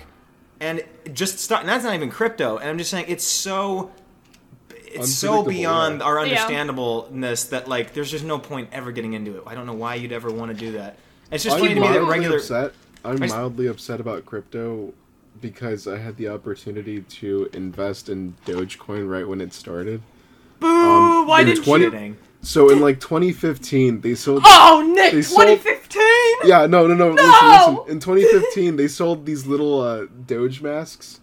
and just stock. and That's not even crypto. And I'm just saying it's so, it's so Unpredictable, beyond yeah. our Yeah. understandableness that like there's just no point ever getting into it. I don't know why you'd ever want to do that. It's just funny I'm to me that mildly regular. upset. I'm I s- mildly upset about crypto because I had the opportunity to invest in Dogecoin right when it started. Boo! Um, why in didn't you? 20 Kidding. So in like 2015, they sold. Oh, Nick, They sold- 2015. Yeah, no, no, no. Listen, No! listen. In 2015, they sold these little uh, Doge masks,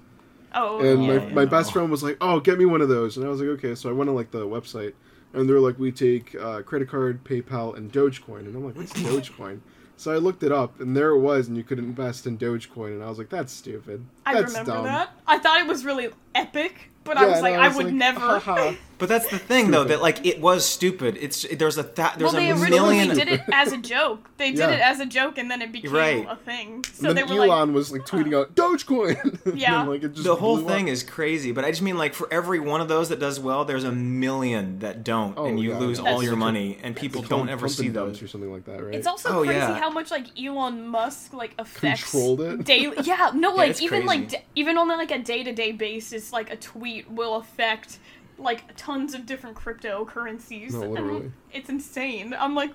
Oh, and yeah. my, yeah. my best friend was like, "Oh, get me one of those," and I was like, "Okay." So I went on like the website, and they're like, "We take uh, credit card, PayPal, and Dogecoin," and I'm like, "What's Dogecoin?" So I looked it up, and there it was, and you could invest in Dogecoin, and I was like, "That's stupid. I That's remember dumb." that. I thought it was really epic, but I Yeah, was and like, I, would like, "Uh-huh." never. "Haha." But that's the thing though that like it was stupid. It's there's a that well, there's they a originally million. did it as a joke. They did Yeah. it as a joke, and then it became Right. a thing. So and they then were Elon like, was like tweeting out Dogecoin. and then, Yeah. like, it just the whole blew up. thing is crazy, but I just mean like for every one of those that does well, there's a million that don't, Oh, and you yeah, lose that's all your true. money, and people don't ever Trump see and those. Doge or something like that, right? It's also Oh, crazy yeah. how much like Elon Musk like affects Controlled it. daily. Yeah, no, like it's even like crazy. d- even on like a day to day basis, like a tweet will affect like tons of different cryptocurrencies. No, And literally. it's insane. I'm like,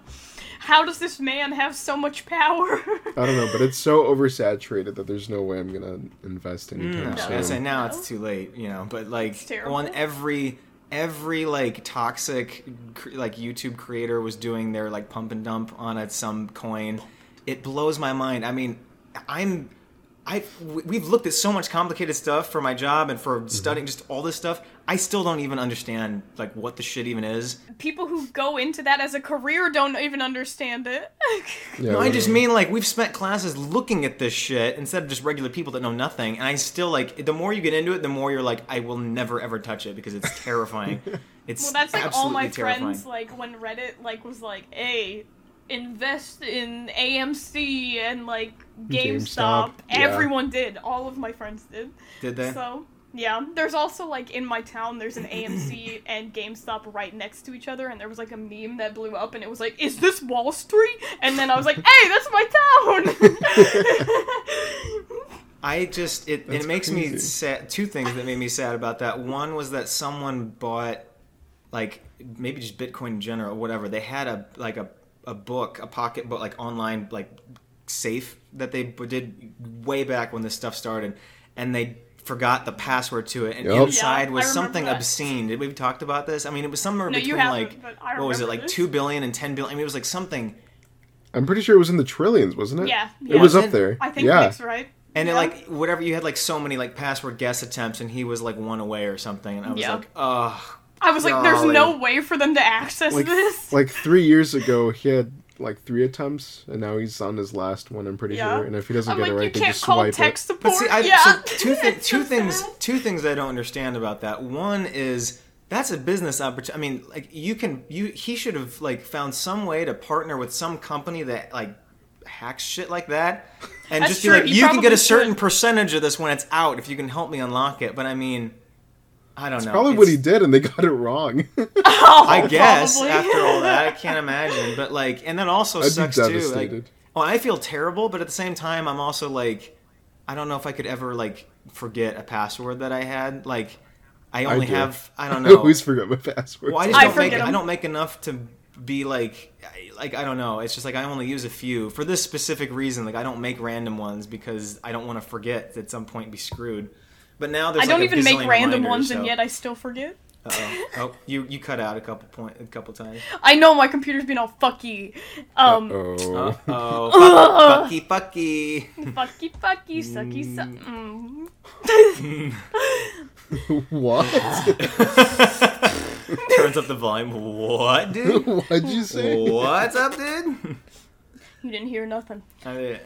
how does this man have so much power? I don't know, but it's so oversaturated that there's no way I'm gonna invest anytime No, time I was soon. saying now it's No. too late, you know. But like terrible. on every every like toxic cr- like YouTube creator was doing their like pump and dump on a, some coin. It blows my mind. I mean, I'm I we- we've looked at so much complicated stuff for my job and Mm-hmm. for studying just all this stuff. I still don't even understand like what the shit even is. People who go into that as a career don't even understand it. Yeah, No, I just whatever. mean like we've spent classes looking at this shit instead of just regular people that know nothing. And I still like the more you get into it, the more you're like, I will never ever touch it because it's terrifying. It's Well, that's like all absolutely my terrifying. friends like when Reddit like was like, "Hey, invest in AMC and like GameStop." GameStop, yeah. Everyone did. All of my friends did. Did they? So yeah, there's also like in my town, there's an AMC and GameStop right next to each other, and there was like a meme that blew up, and it was like, "Is this Wall Street?" And then I was like, "Hey, that's my town." I just it, it That's makes me crazy. sad. Two things that made me sad about that. One was that someone bought like maybe just Bitcoin in general, whatever. They had a like a a book, a pocket book, like online like safe that they b- did way back when this stuff started, and they forgot the password to it, and Yep. Yeah, inside I was remember something that. obscene. Did we talk about this? I mean, it was somewhere No, you between haven't, like but I what was it, remember like this. two billion and ten billion. I mean, it was like something I'm pretty sure it was in the trillions, wasn't it? Yeah, it yeah. was Wasn't up it? there. I think yeah, Nick's right. And it Yeah. like whatever you had like so many like password guess attempts, and he was like one away or something, and I was Yeah. like, oh, I was like, "There's no golly. way for them to access like this." like three years ago, he had like three attempts, and now he's on his last one. I'm pretty Yeah. sure, and if he doesn't I'm get like, it you right, they can't just call swipe tech it. support. But see, I, yeah. so two, thi- It's two so things, sad. two things I don't understand about that. One is that's a business opportunity. I mean, like you can, you he should have like found some way to partner with some company that like hacks shit like that, and That's just true, be like, he you can get probably a certain should. percentage of this when it's out if you can help me unlock it. But I mean, I don't know. Probably It's- what he did, and they got it wrong. Oh, I guess probably. after all that, I can't imagine. But like, and that also I'd be sucks too. Like, devastated. well, I feel terrible, but at the same time, I'm also like, I don't know if I could ever like forget a password that I had. Like, I only do. have I don't I know. always forget my password. Well, I just I don't make forget 'em. I don't make enough to be like I- like I don't know. It's just like I only use a few for this specific reason. Like I don't make random ones because I don't want to forget at some point and be screwed. But now there's I don't like, a even make gazillion random reminders, ones, so- and yet I still forget. Uh-oh. Oh, you you cut out a couple point a couple times. I know my computer's been all fucky, um, oh, Oh, fucky, fucky. fucky, fucky, sucky, sucky. Mm. what? Turns up the volume. What, dude? What'd you say? What's up, dude? You didn't hear nothing. Uh,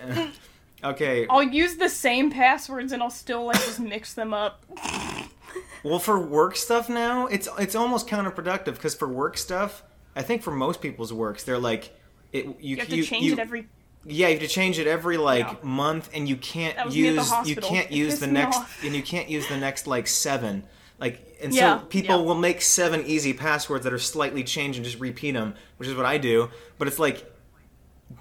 okay. Oh. I'll use the same passwords, and I'll still like just mix them up. Well, for work stuff now, it's it's almost counterproductive because for work stuff, I think for most people's works, they're like, it you, You have to change you- it every. yeah you have to change it every like Yeah. month, and you That can't was me at the use you hospital. can't It use the pissed me next off. and you can't use the next like seven like and Yeah, so people yeah. will make seven easy passwords that are slightly changed and just repeat them, which is what I do. But it's like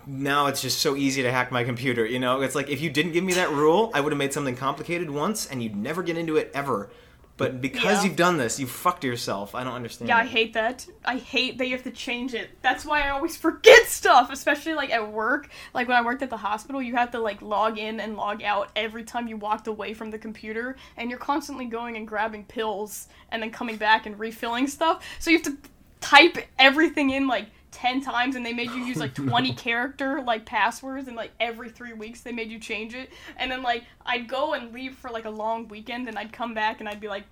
now it's just so easy to hack my computer. You know, it's like if you didn't give me that rule, I would have made something complicated once, and you'd never get into it ever. But because Yeah. you've done this, you fucked yourself. I don't understand. Yeah, I hate that. I hate that you have to change it. That's why I always forget stuff, especially like at work. Like when I worked at the hospital, you had to like log in and log out every time you walked away from the computer, and you're constantly going and grabbing pills and then coming back and refilling stuff. So you have to type everything in like 10 times and they made you use like 20 character like passwords and like every three weeks they made you change it and then like i'd go and leave for like a long weekend and i'd come back and i'd be like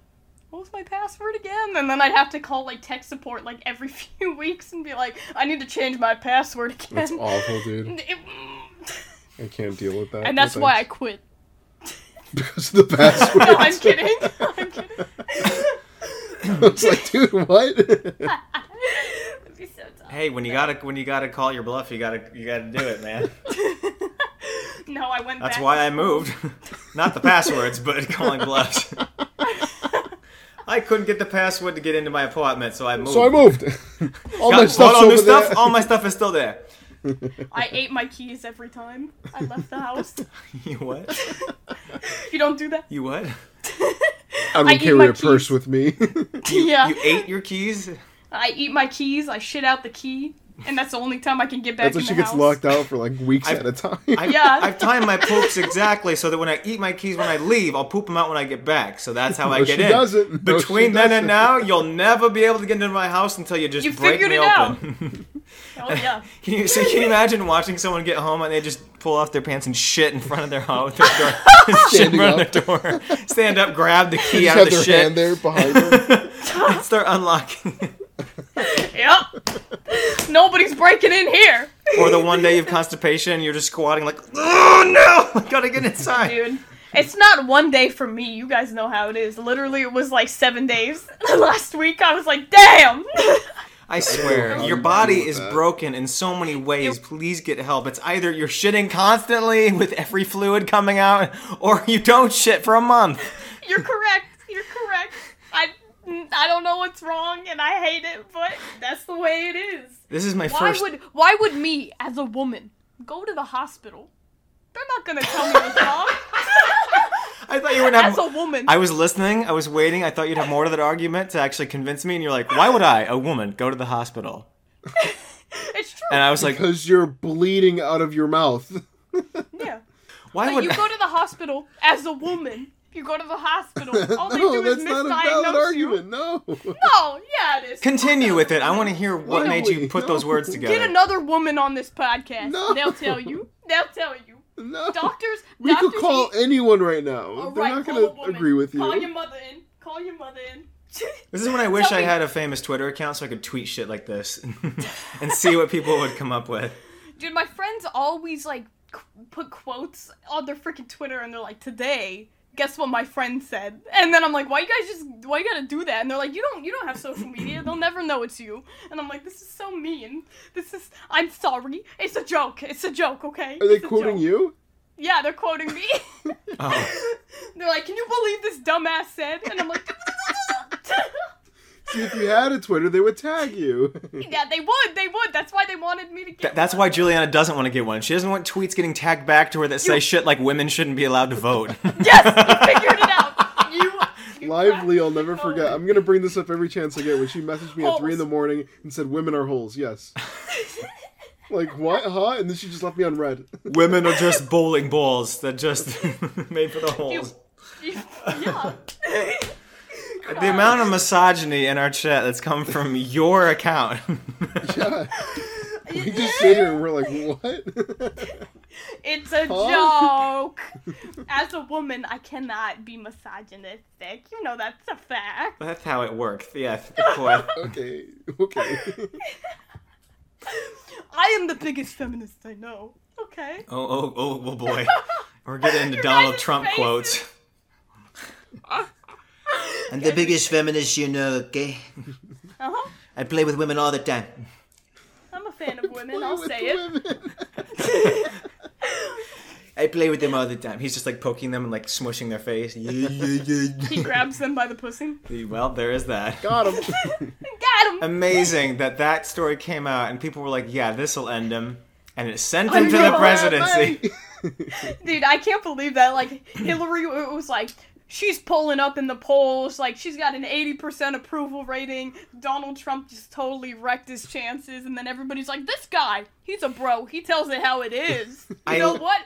what was my password again? And then I'd have to call like tech support like every few weeks and be like, I need to change my password again. That's awful, dude. And it- I can't deal with that. and that's why I quit. because of the password. No, I'm kidding. I'm kidding. It's like, dude, what? I'd be so dumb. Hey, when you gotta when you gotta call your bluff, you gotta you gotta do it, man. No, I went That's back. why I moved. Not the passwords, but calling bluffs. I couldn't get the password to get into my apartment, so I moved. so I moved. All my Got- stuff's all over new stuff. there. All my stuff is still there. I ate my keys every time I left the house. You what? You don't do that? You what? I I don't eat carry my a purse keys. with me. yeah. You ate your keys? I eat my keys, I shit out the key, and that's the only time I can get back That's why in she the gets house. locked out for like weeks I- at a time. I, Yeah. I've timed my poops exactly so that when I eat my keys when I leave, I'll poop them out when I get back. So that's how I No, get she in. doesn't. No, she Between then doesn't. and now, you'll never be able to get into my house until you just You break figured me it open. Oh, yeah. Can you so can you imagine watching someone get home and they just pull off their pants and shit in front of their home, their door, shit in Standing front of their door, stand up, grab the key Just out of have the their shit, hand there behind her. and start unlocking. it. Yep. Nobody's breaking in here. or the one day you have constipation and you're just squatting like, oh no, I gotta get inside. dude. It's not one day for me. You guys know how it is. Literally, it was like seven days. Last week, I was like, damn! I swear, how your you body deal with is that. broken in so many ways. Please get help. It's either you're shitting constantly with every fluid coming out, or you don't shit for a month. You're correct. You're correct. I, I don't know what's wrong and I hate it, but that's the way it is. This is my Why first. would why would me as a woman go to the hospital? They're not gonna tell me what's wrong. I thought you would have. as a woman. I was listening. I was waiting. I thought you'd have more to that argument to actually convince me. And you're like, why would I, a woman, go to the hospital? it's true. And I was like, Because you're bleeding out of your mouth. yeah. why But would you go to the hospital as a woman. You go to the hospital. All they no, do is that's not a valid misdiagnose you. argument. No. No, yeah, it is. continue with it? I want to hear what Why made you would- put those no. words Get together. Get another woman on this podcast. No. They'll tell you. They'll tell you. No. Doctors, we doctors could call need- anyone right now. All They're right, not call a going to woman. agree with you. Call your mother in. Call your mother in. This is when I wish Tell I me- had a famous Twitter account so I could tweet shit like this and see what people would come up with. Dude, my friends always like qu- put quotes on their freaking Twitter, and they're like, "Today, guess what my friend said." And then I'm like, "Why you guys just? Why you gotta do that?" And they're like, "You don't. You don't have social media. They'll never know it's you." And I'm like, "This is so mean. This is. I'm sorry. It's a joke. It's a joke. Okay." Are they It's a quoting joke." you? Yeah, they're quoting me. Oh. They're like, "Can you believe this dumbass said?" And I'm like, See, if you had a Twitter, they would tag you. "Yeah, they would. They would. That's why they wanted me to get." Th- That's why Juliana doesn't want to get one. She doesn't want tweets getting tagged back to her that say You- shit like women shouldn't be allowed to vote. Yes, you figured it out. You. you Lively, I'll never practically forget. know. I'm gonna bring this up every chance I get. When she messaged me at three Holes. in the morning and said, "Women are holes," yes. like what? Huh? And then she just left me on red. women are just bowling balls that just made for the holes. You- yeah. The amount of misogyny in our chat that's come from your account. yeah. We just sit here and we're like, "What?" It's a Huh? joke. As a woman, I cannot be misogynistic. You know that's a fact. That's how it worked. Yeah, of course. okay. Okay. I am the biggest feminist I know. Okay. Oh, oh, oh, oh boy. We're getting into Your Donald guys' Trump faces. quotes. I'm the biggest feminist you know, okay? Uh-huh. I play with women all the time. I'm a fan of women. I'll say it. I play with them all the time. He's just like poking them and like smushing their face. Yeah, yeah, He grabs them by the pussy. yeah. well, there is that. Got him. Got him. Amazing that that story came out and people were like, "Yeah, this will end him," and it sent him to know, the presidency. Dude, I can't believe that. Like, Hillary w- was like, she's pulling up in the polls. Like, she's got an 80% approval rating. Donald Trump just totally wrecked his chances. And then everybody's like, this guy, he's a bro. He tells it how it is. You I- know what?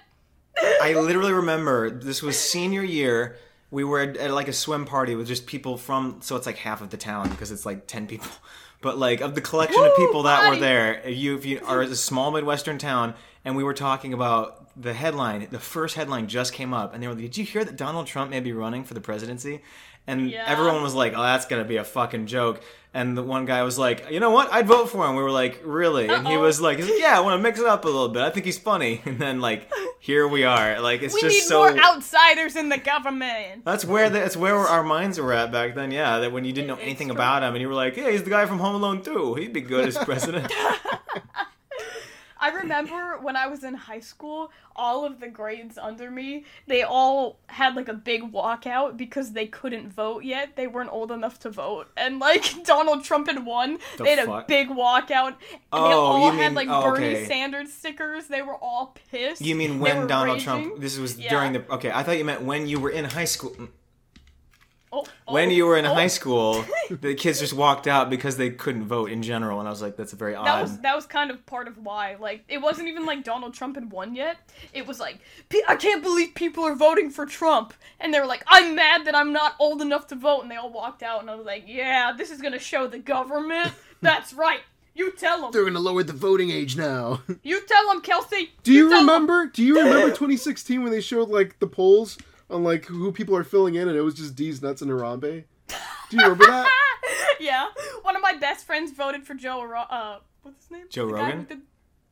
I literally remember this was senior year. We were at, at, like a swim party with just people from, so it's like half of the town because it's like ten people. But like of the collection of Woo, people that were party! there, if you if you are a small midwestern town, and we were talking about the headline. The first headline just came up, and they were like, "Did you hear that Donald Trump may be running for the presidency?" And Yeah. everyone was like, "Oh, that's gonna be a fucking joke." And the one guy was like, "You know what? I'd vote for him." We were like, "Really?" And he Uh-oh. was like, he's like, "Yeah, I want to mix it up a little bit. I think he's funny." And then like, here we are. Like it's We just need so. more outsiders in the government. that's where the, that's where our minds were at back then. Yeah, that when you didn't know anything true. about him, and you were like, "Yeah, he's the guy from Home Alone too. He'd be good as president." I remember when I was in high school, all of the grades under me, they all had like a big walkout because they couldn't vote yet. They weren't old enough to vote. And like Donald Trump had won, The they had a fuck? big walkout. And they Oh, all you had mean- like oh, Bernie okay. Sanders stickers. They were all pissed. you mean They were when Donald Trump? raging. This was Yeah. during the. Okay, I thought you meant when you were in high school. Oh, oh, When you were in oh. high school, the kids just walked out because they couldn't vote in general, and I was like, "That's a very odd." That was that was kind of part of why. Like, it wasn't even like Donald Trump had won yet. It was like, "P- I can't believe people are voting for Trump, and they were like, I'm mad that I'm not old enough to vote, and they all walked out, and I was like, Yeah, this is gonna show the government. That's right. You tell them. They're gonna lower the voting age now. You tell them, Kelsey. Do you tell 'em." remember? Do you remember 2016 when they showed like the polls on like who people are filling in, and it was just D's nuts and Harambe? Do you remember that? yeah, one of my best friends voted for Joe. Ro- uh, what's his name? Joe The guy Rogan? with the-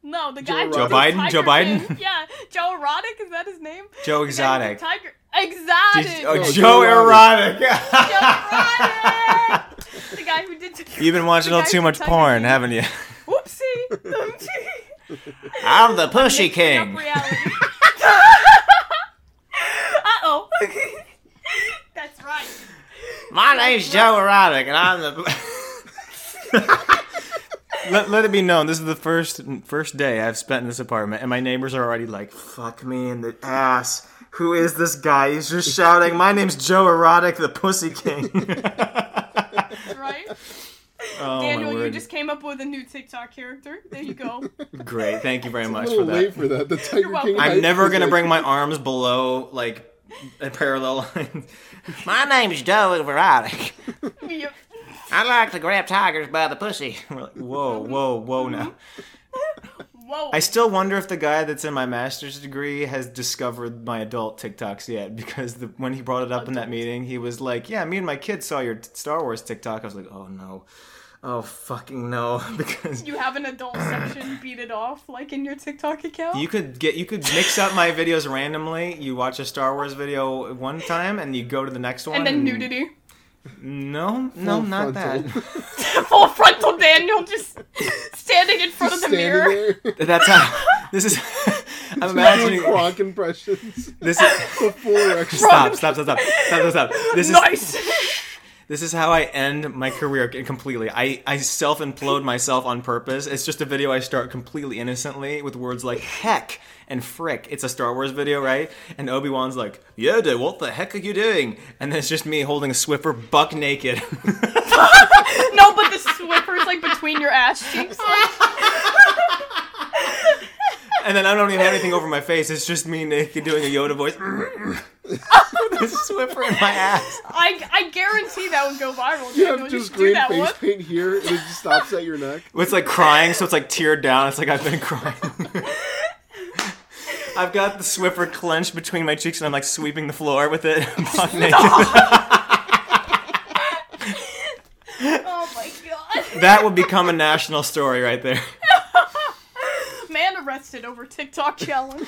no, the guy. Joe with Joe the Biden? tiger Joe Biden? thing. Yeah, Joe Erotic. Is that his name? Joe The guy with Exotic. the Tiger. Exotic. Did- oh, No, Joe Joe Erotic. Joe Exotic! the guy who did. You've been watching a the little guy too who much did porn, Tiger haven't you? King. Whoopsie. I'm the Pushy Up reality. uh oh. That's right. My name's Joe Erotic, and I'm the. let, let it be known, this is the first first day I've spent in this apartment, and my neighbors are already like, "Fuck me in the ass." Who is this guy? He's just shouting, "My name's Joe Erotic, the Pussy King." That's right. oh, Daniel, my you word. just came up with a new TikTok character. There you go. Great, thank you very A much for little late that. for that. The Tiger welcome. King. I'm hype never was, gonna like, bring my arms below like a parallel line. My name's Joe Verotic. Yep. I like to grab tigers by the pussy. We're like, whoa, whoa, whoa, now. Whoa. I still wonder if the guy that's in my master's degree has discovered my adult TikToks yet, because the, when he brought it up in that meeting, he was like, "Yeah, me and my kids saw your t- Star Wars TikTok." I was like, "Oh no, oh fucking no," because you have an adult section beat it off like in your TikTok account. you could get you could mix up my videos randomly. You watch a Star Wars video one time, and you go to the next one, and then nudity. No, no, Full not frontal. Full frontal Daniel just standing in front of the standing mirror. there. that. That's how this is. I'm Doing imagining Croc impressions. this is. The full erection. Stop! Stop! Stop! Stop! Stop! Stop! stop. This is nice. This is how I end my career completely. I, I self implode myself on purpose. It's just a video I start completely innocently with words like heck and frick. It's a Star Wars video, right? And Obi Wan's like, yeah, dude, what the heck are you doing? And then it's just me holding a Swiffer buck naked. no, but the Swiffer's like between your ass cheeks. and then I don't even have anything over my face. It's just me naked doing a Yoda voice. With a Swiffer in my ass. I, I guarantee that would go viral. You Daniel. have just just do green that face one. paint here, and it just stops at your neck. It's like crying, so it's like teared down. It's like I've been crying. I've got the Swiffer clenched between my cheeks, and I'm like sweeping the floor with it. buck naked. Oh my god. That would become a national story right there. Man arrested over TikTok challenge.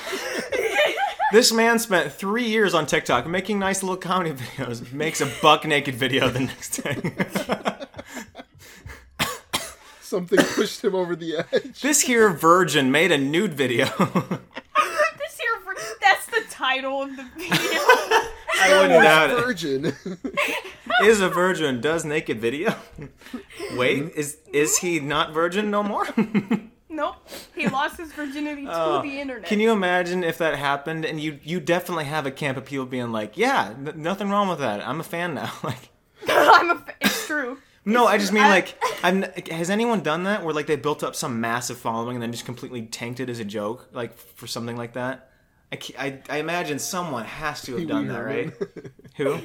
This man spent three years on TikTok making nice little comedy videos, makes a buck naked video the next day. Something pushed him over the edge. this here virgin made a nude video. this here, for, that's the title of the video. I wouldn't doubt it. Virgin. Is a virgin does naked video? Wait, is is he not virgin no more? nope, he lost his virginity to Uh, the internet. Can you imagine if that happened and you you definitely have a camp of people being like, yeah, n- nothing wrong with that. I'm a fan now. Like, I'm a. fa- It's true. no, I just mean I- like, I'm, has anyone done that where like they built up some massive following and then just completely tanked it as a joke, like for something like that? I, ca- I, I imagine someone has to have done that, right? Who?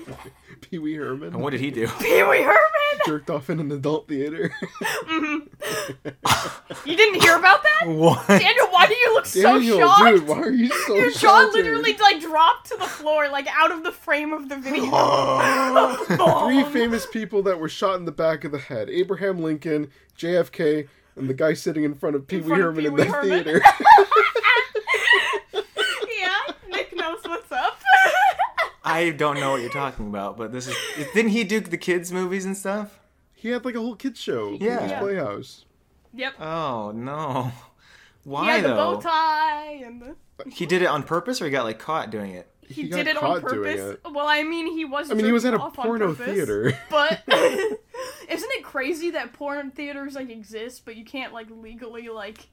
Pee Wee Herman. What did he do? Pee Wee Herman. jerked off in an adult theater. You didn't hear about that, What? Daniel? Why do you look so Daniel, shocked? dude, why are you so Your jaw sheltered? literally like dropped to the floor, like out of the frame of the video. Three famous people that were shot in the back of the head: Abraham Lincoln, JFK, and the guy sitting in front of Pee Wee front of Herman in Pee the Wee Herman. theater. yeah, Nick knows what's up. I don't know what you're talking about, but this is. Didn't he do the kids' movies and stuff? he had like a whole kids show. Yeah. Pee-wee's Playhouse. yep. Oh, no. Why he had the though? bow tie and the, He did it on purpose or he got like caught doing it? he, got did it on caught doing purpose. it. Well, I mean, he was. I mean, he was at a jerking off on porno purpose, theater. But isn't it crazy that porn theaters like exist, but you can't like legally like.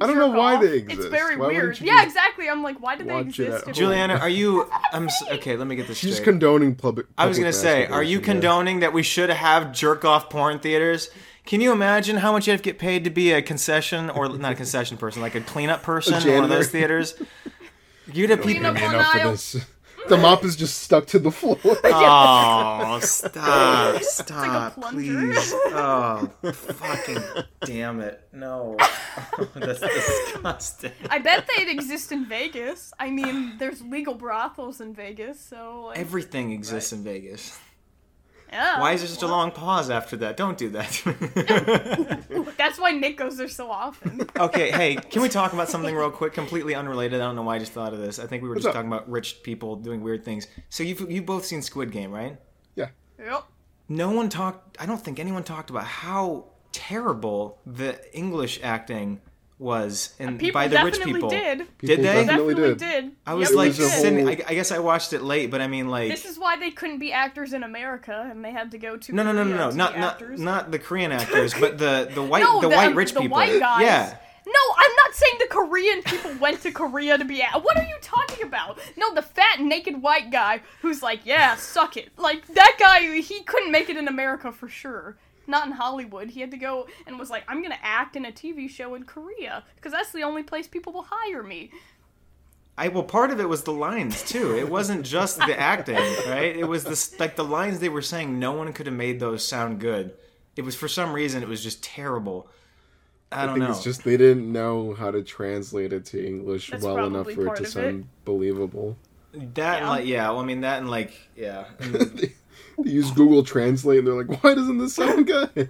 I don't know jerk why off? they exist. It's very Why wouldn't weird. you Yeah, just- exactly. I'm like, why do they watch it exist? at if- home? Juliana, are you? I'm s- okay. Let me get this She's straight. condoning public. I was gonna public say, are you masturbation, condoning that we should have jerk off porn theaters? Can you imagine how much you'd get paid to be a concession or not a concession person, like a cleanup person in one of janitor. those theaters? You'd have people. Cleanup yeah. on Enough aisle. of this. The mop is just stuck to the floor. Uh, Oh, stop! Stop, plunger. please! Oh, fucking damn it! No, that's disgusting. I bet they'd exist in Vegas. I mean, there's legal brothels in Vegas, so like, Everything exists in Vegas. yeah. Why is there such a long pause after that? Don't do that. That's why Nick goes there so often. okay, hey, can we talk about something real quick? Completely unrelated. I don't know why I just thought of this. I think we were just up? talking about rich people doing weird things. So you've you both seen Squid Game, right? yeah. yep. No one talked. I don't think anyone talked about how terrible the English acting was in People by the rich definitely people. did. Did they? Definitely definitely- did. did. I was Yep, like, they did. whole- sitting, I, I guess I watched it late, but I mean, like, This is why they couldn't be actors in America, and they had to go to no, no, no, no, Korea no, to not be not actors. not the Korean actors, but the the white no, the, white um, rich the people. white guys. Yeah, No, I'm not saying the Korean people went to Korea to be at. What are you talking about? No, the fat naked white guy who's like, yeah, suck it. Like that guy, he couldn't make it in America for sure. Not in Hollywood. He had to go and was like, I'm gonna act in a TV show in Korea because that's the only place people will hire me. I well, part of it was the lines too. It wasn't just the acting, right? It was this like the lines they were saying. No one could have made those sound good. It was for some reason it was just terrible. I I don't know. think it's just they didn't know how to translate it to English That's well enough probably for it part to of sound believable. that and like yeah. Well, I mean that and like yeah. they they use Google Translate and they're like, why doesn't this sound good?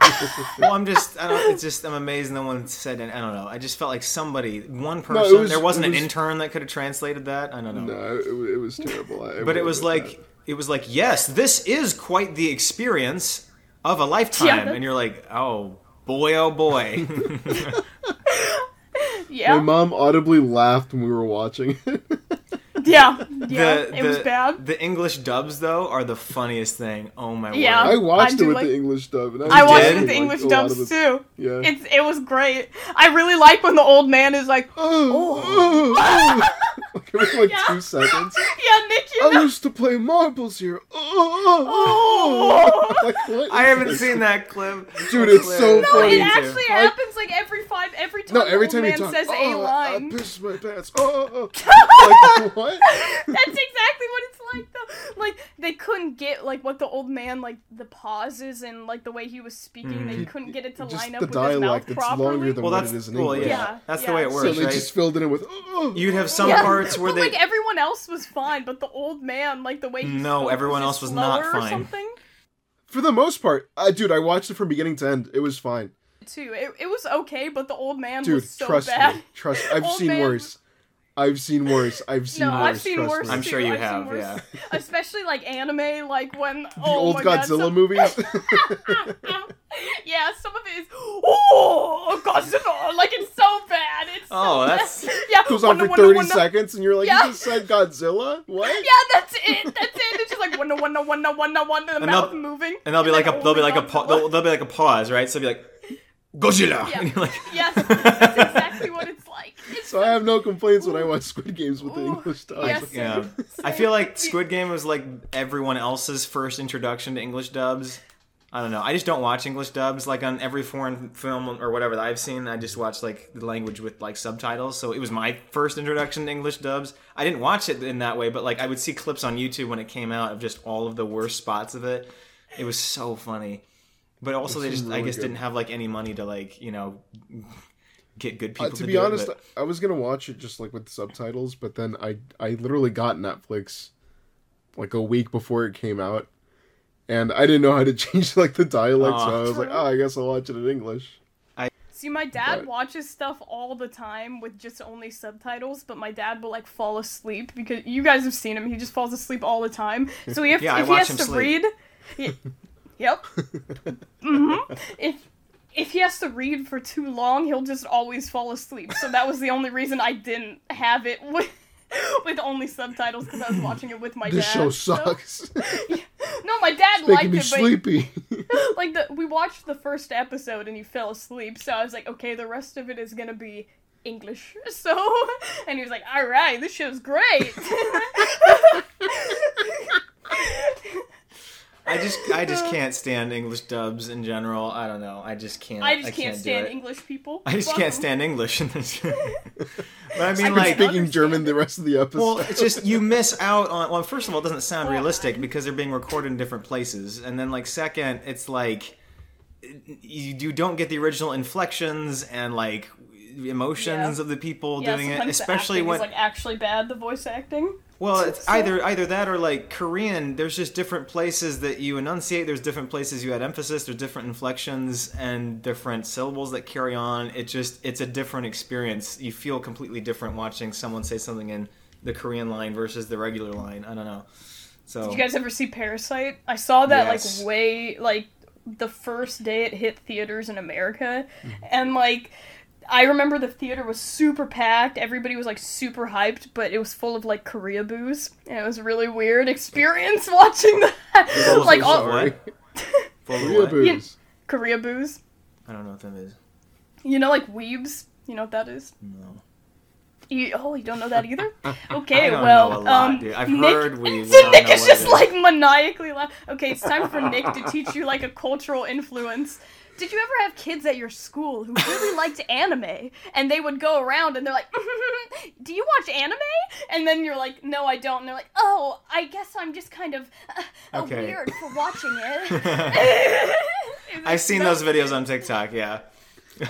well, I'm just I don't. It's just I'm amazed no one said. I don't know. I just felt like somebody, one person. was- there wasn't it an was- intern that could have translated that. I don't know. no, it, wa- it was terrible. I- I but really it was regret like it was like yes this is quite the experience of a lifetime Yeah. and you're like oh boy oh boy Yeah, My mom audibly laughed when we were watching it. yeah, yeah. the, it was the- bad. the english dubs though are the funniest thing oh my Yeah. word I watched I it do with like- the English dub. And I was watched did? it laughing, with the like, English a lot dubs of the- too. Yeah. It's it was great. I really like when the old man is like, oh, oh, oh. like, it was like two seconds. yeah, Nick, you I know. used to play marbles here. Oh, oh, oh. Like, what i is haven't this? seen that clip Dude, it's so No, funny. Me it too. actually I- happens like every five, every time No, the every old time man you talk, says oh, a I- line. I pissed my pants. Oh, oh, oh. like what? That's exactly what it's like though. Like they couldn't get like what the old man like the pauses and like the way he was speaking. Mm-hmm. They couldn't get it to Just line up the with his mouth dialect. It's properly. longer than well what that's it is in well yeah, English. Yeah, that's the yeah. way it So works So they right just filled it in with. Oh, oh. you'd have some Yeah, parts where but they like everyone else was fine, but the old man, like the way he No, spoke everyone was else just was not slower or fine. Something. For the most part, I, dude, I watched it from beginning to end. It was fine. too. It, it was okay, but the old man Dude, was so trust bad. me. Trust I've Old seen man. worse. I've seen worse. I've seen No, worse. I've seen trust worse. me. I'm too. sure you I've seen have, worse. yeah. Especially like anime, like when the the oh old my Godzilla God, some- movies. yeah, some of it is oh Godzilla, like it's so bad. It's so Oh, bad. that's- yeah. goes on wonder, for wonder, 30 wonder- seconds and you're like, Yeah. you just said Godzilla? What? Yeah, that's it. That's it. It's just like wonder, wonder, wonder, wonder, wonder. The And they'll- mouth moving. And there'll be like then, a oh there'll be my like a God, pa- Godzilla. there'll, there'll be like a pause, right? So it'll be like Godzilla, Yeah. and you're like, Yes, that's exactly what it's like. It's So I have no complaints when I watch Squid Games with the Ooh, English dub. yes. yeah. I feel like Squid Game was like everyone else's first introduction to English dubs. I don't know. I just don't watch English dubs like on every foreign film or whatever that I've seen. I just watch like the language with like subtitles. So it was my first introduction to English dubs. I didn't watch it in that way, but like I would see clips on YouTube when it came out of just all of the worst spots of it. It was so funny. But also they It's just I really guess good. didn't have like any money to like, you know, get good people Uh, to, to do be it, honest, but- I was gonna watch it just like with subtitles, but then I I literally got Netflix like a week before it came out, and I didn't know how to change like the dialect, so Aw. I was like, oh, I guess I'll watch it in English. See, my dad But- watches stuff all the time with just only subtitles, but my dad will like fall asleep because you guys have seen him. He just falls asleep all the time. So we have Yeah, I if he watch has him to sleep. read. y- yep. hmm If if he has to read for too long, he'll just always fall asleep. So that was the only reason I didn't have it with with only subtitles because I was watching it with my This dad. show so- sucks, No, my dad liked making me it, but sleepy. like the we watched the first episode and he fell asleep so i was like okay the rest of it is gonna be english so and he was like all right this show's great I just I just can't stand English dubs in general. I don't know. I just can't. i just can't, do stand it. english people I just Fuck can't 'em. stand English in this. but I mean, can like, speak- Speaking German the rest of the episode. well, it's just you miss out on. Well, first of all, it doesn't sound realistic because they're being recorded in different places, and then like second, it's like you, you don't get the original inflections and like emotions Yeah. of the people yeah, doing it, sometimes the especially acting when is, like actually bad the voice acting Well, it's So- either either that or like Korean. There's just different places that you enunciate. There's different places you add emphasis. There's different inflections and different syllables that carry on. It just it's a different experience. You feel completely different watching someone say something in the Korean line versus the regular line. I don't know. So Did you guys ever see Parasite? I saw that Oh. Yes. like way like the first day it hit theaters in America, and like I remember the theater was super packed. Everybody was like super hyped, but it was full of like Korea booze, and it was a really weird experience watching that. Full of like what? all Full of Korea what? booze. Korea booze, I don't know what that is. you know, like weebs. You know what that is? No. You, oh, you don't know that either? Okay, I don't well, know a lot, um, dude. I've Nick, heard weebs. I So don't Nick know is what just it is. like maniacally laughing. Okay, it's time for Nick to teach you like a cultural influence. Did you ever have kids at your school who really liked anime, and they would go around and they're like, "Do you watch anime?" And then you're like, "No, I don't." And they're like, "Oh, I guess I'm just kind of uh, uh, Okay. weird for watching it." I've seen those videos on TikTok. Yeah.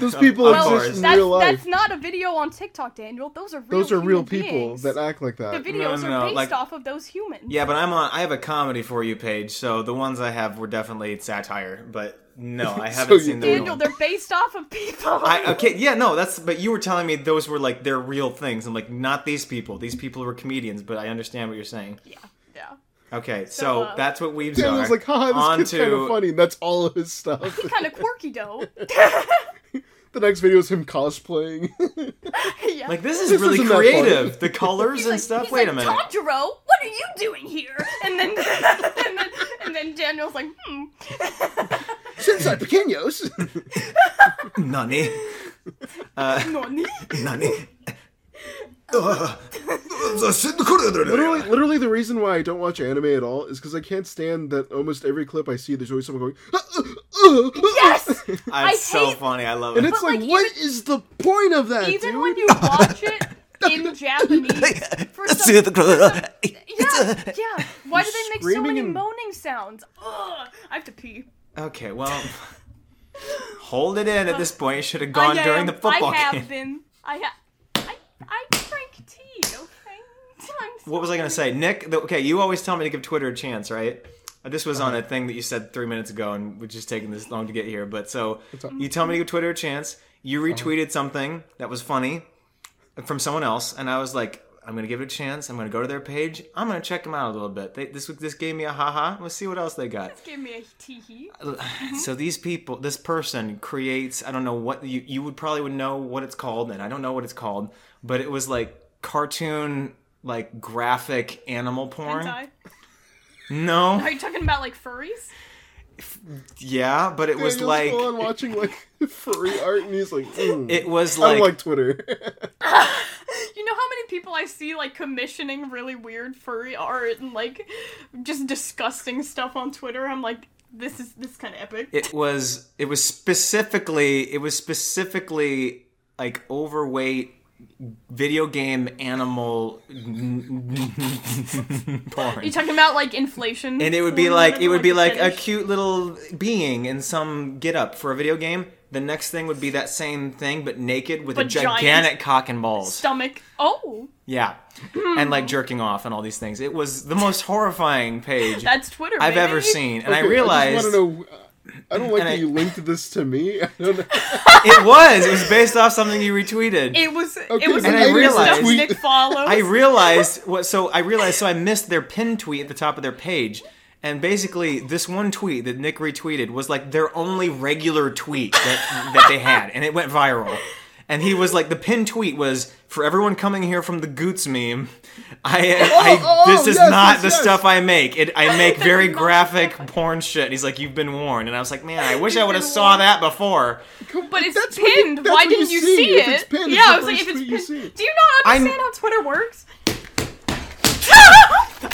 Those people Of exist course. in that's, real life. that's not a video on TikTok, Daniel. Those are real Those are human real people beings. that act like the that. Uh, videos no, are no, based like- off of those humans. Yeah, but I'm on. I have a comedy for you page, so the ones I have were definitely satire. But no, I So haven't you seen the Daniel, real. they're based off of people. I, uh, okay, yeah, no, that's. But you were telling me those were like their real things. I'm like, not these people. These people were comedians, but I understand what you're saying. Yeah, yeah. Okay, so, uh, that's what weebs Daniel's are. like, haha, this On kid's kind to- of funny. And that's all of his stuff. Kind of quirky though. the next video is him cosplaying. yeah. Like this is This really isn't that funny. creative. The colors and stuff. He's Wait like, a minute. Tanjiro, what are you doing here? And then, and then, and then Daniel's like, hmm. Since I pequeños. Nani, Nani? nani. literally, literally, the reason why I don't watch anime at all is because I can't stand that almost every clip I see, there's always someone "Uh, going, Yes. I That's so hate- funny. I love and it. it's But, like, like, what is the point of that, Even dude? when you watch it in Japanese, for some, yeah, yeah. Why do they make so Screaming many and- moaning sounds? Ugh, I have to pee. Okay, well, hold it in at this point. You should have gone I during am- the football I have game. been. I have. I, I drank tea. Okay. I'm What was I going to sorry. say? Nick, the, okay, you always tell me to give Twitter a chance, right? Uh, This was on a thing that you said three minutes ago, and we're just taking this long to get here. But so you tell me to give Twitter a chance. You retweeted something that was funny from someone else, and I was like, I'm gonna give it a chance. I'm gonna go to their page. I'm gonna check them out a little bit. They, this this gave me a haha. Let's see what else they got. Give me a tee hee. So these people, this person creates. I don't know what you you would probably would know what it's called, and I don't know what it's called, but it was like cartoon, like graphic animal porn. Hentai. No, Are you talking about like furries? yeah, but it was Daniel's like full on watching like furry art, and he's like, mm, it was I like, don't like Twitter. You know how many people I see like commissioning really weird furry art and like just disgusting stuff on Twitter. I'm like, this is this kind of epic. it was it was specifically it was specifically like overweight video game animal porn. you talking about like inflation? and it would be or like whatever, it would be the like a fetish? cute little being in some get up for a video game the next thing would be that same thing but naked with a But giant. gigantic cock and balls stomach. Oh, yeah and like jerking off and all these things it was the most horrifying page that's Twitter. i've baby. ever seen and i Okay, realized I just want to know. I don't like And that I- you linked this to me. I don't know. it was it was based off something you retweeted It was Okay, it was and I weird realized- stuff we- Nick follows. I realized what so I realized so I missed their pinned tweet at the top of their page. And basically this one tweet that Nick retweeted was like their only regular tweet that, that they had and it went viral. And he was like the pinned tweet was for everyone coming here from the Goots meme. I, I Oh, oh, this is yes, not yes, the yes. stuff I make. It I make That's very not graphic stuff I- porn shit. He's like you've been warned and I was like man I wish I You've would have been saw warned. that before. but it's That's what you- pinned. that's Why what you didn't you see. see, If it? it's pinned, it's yeah, the I was like, if first it's tweet you pinned, see. do you not I'm- understand how Twitter works?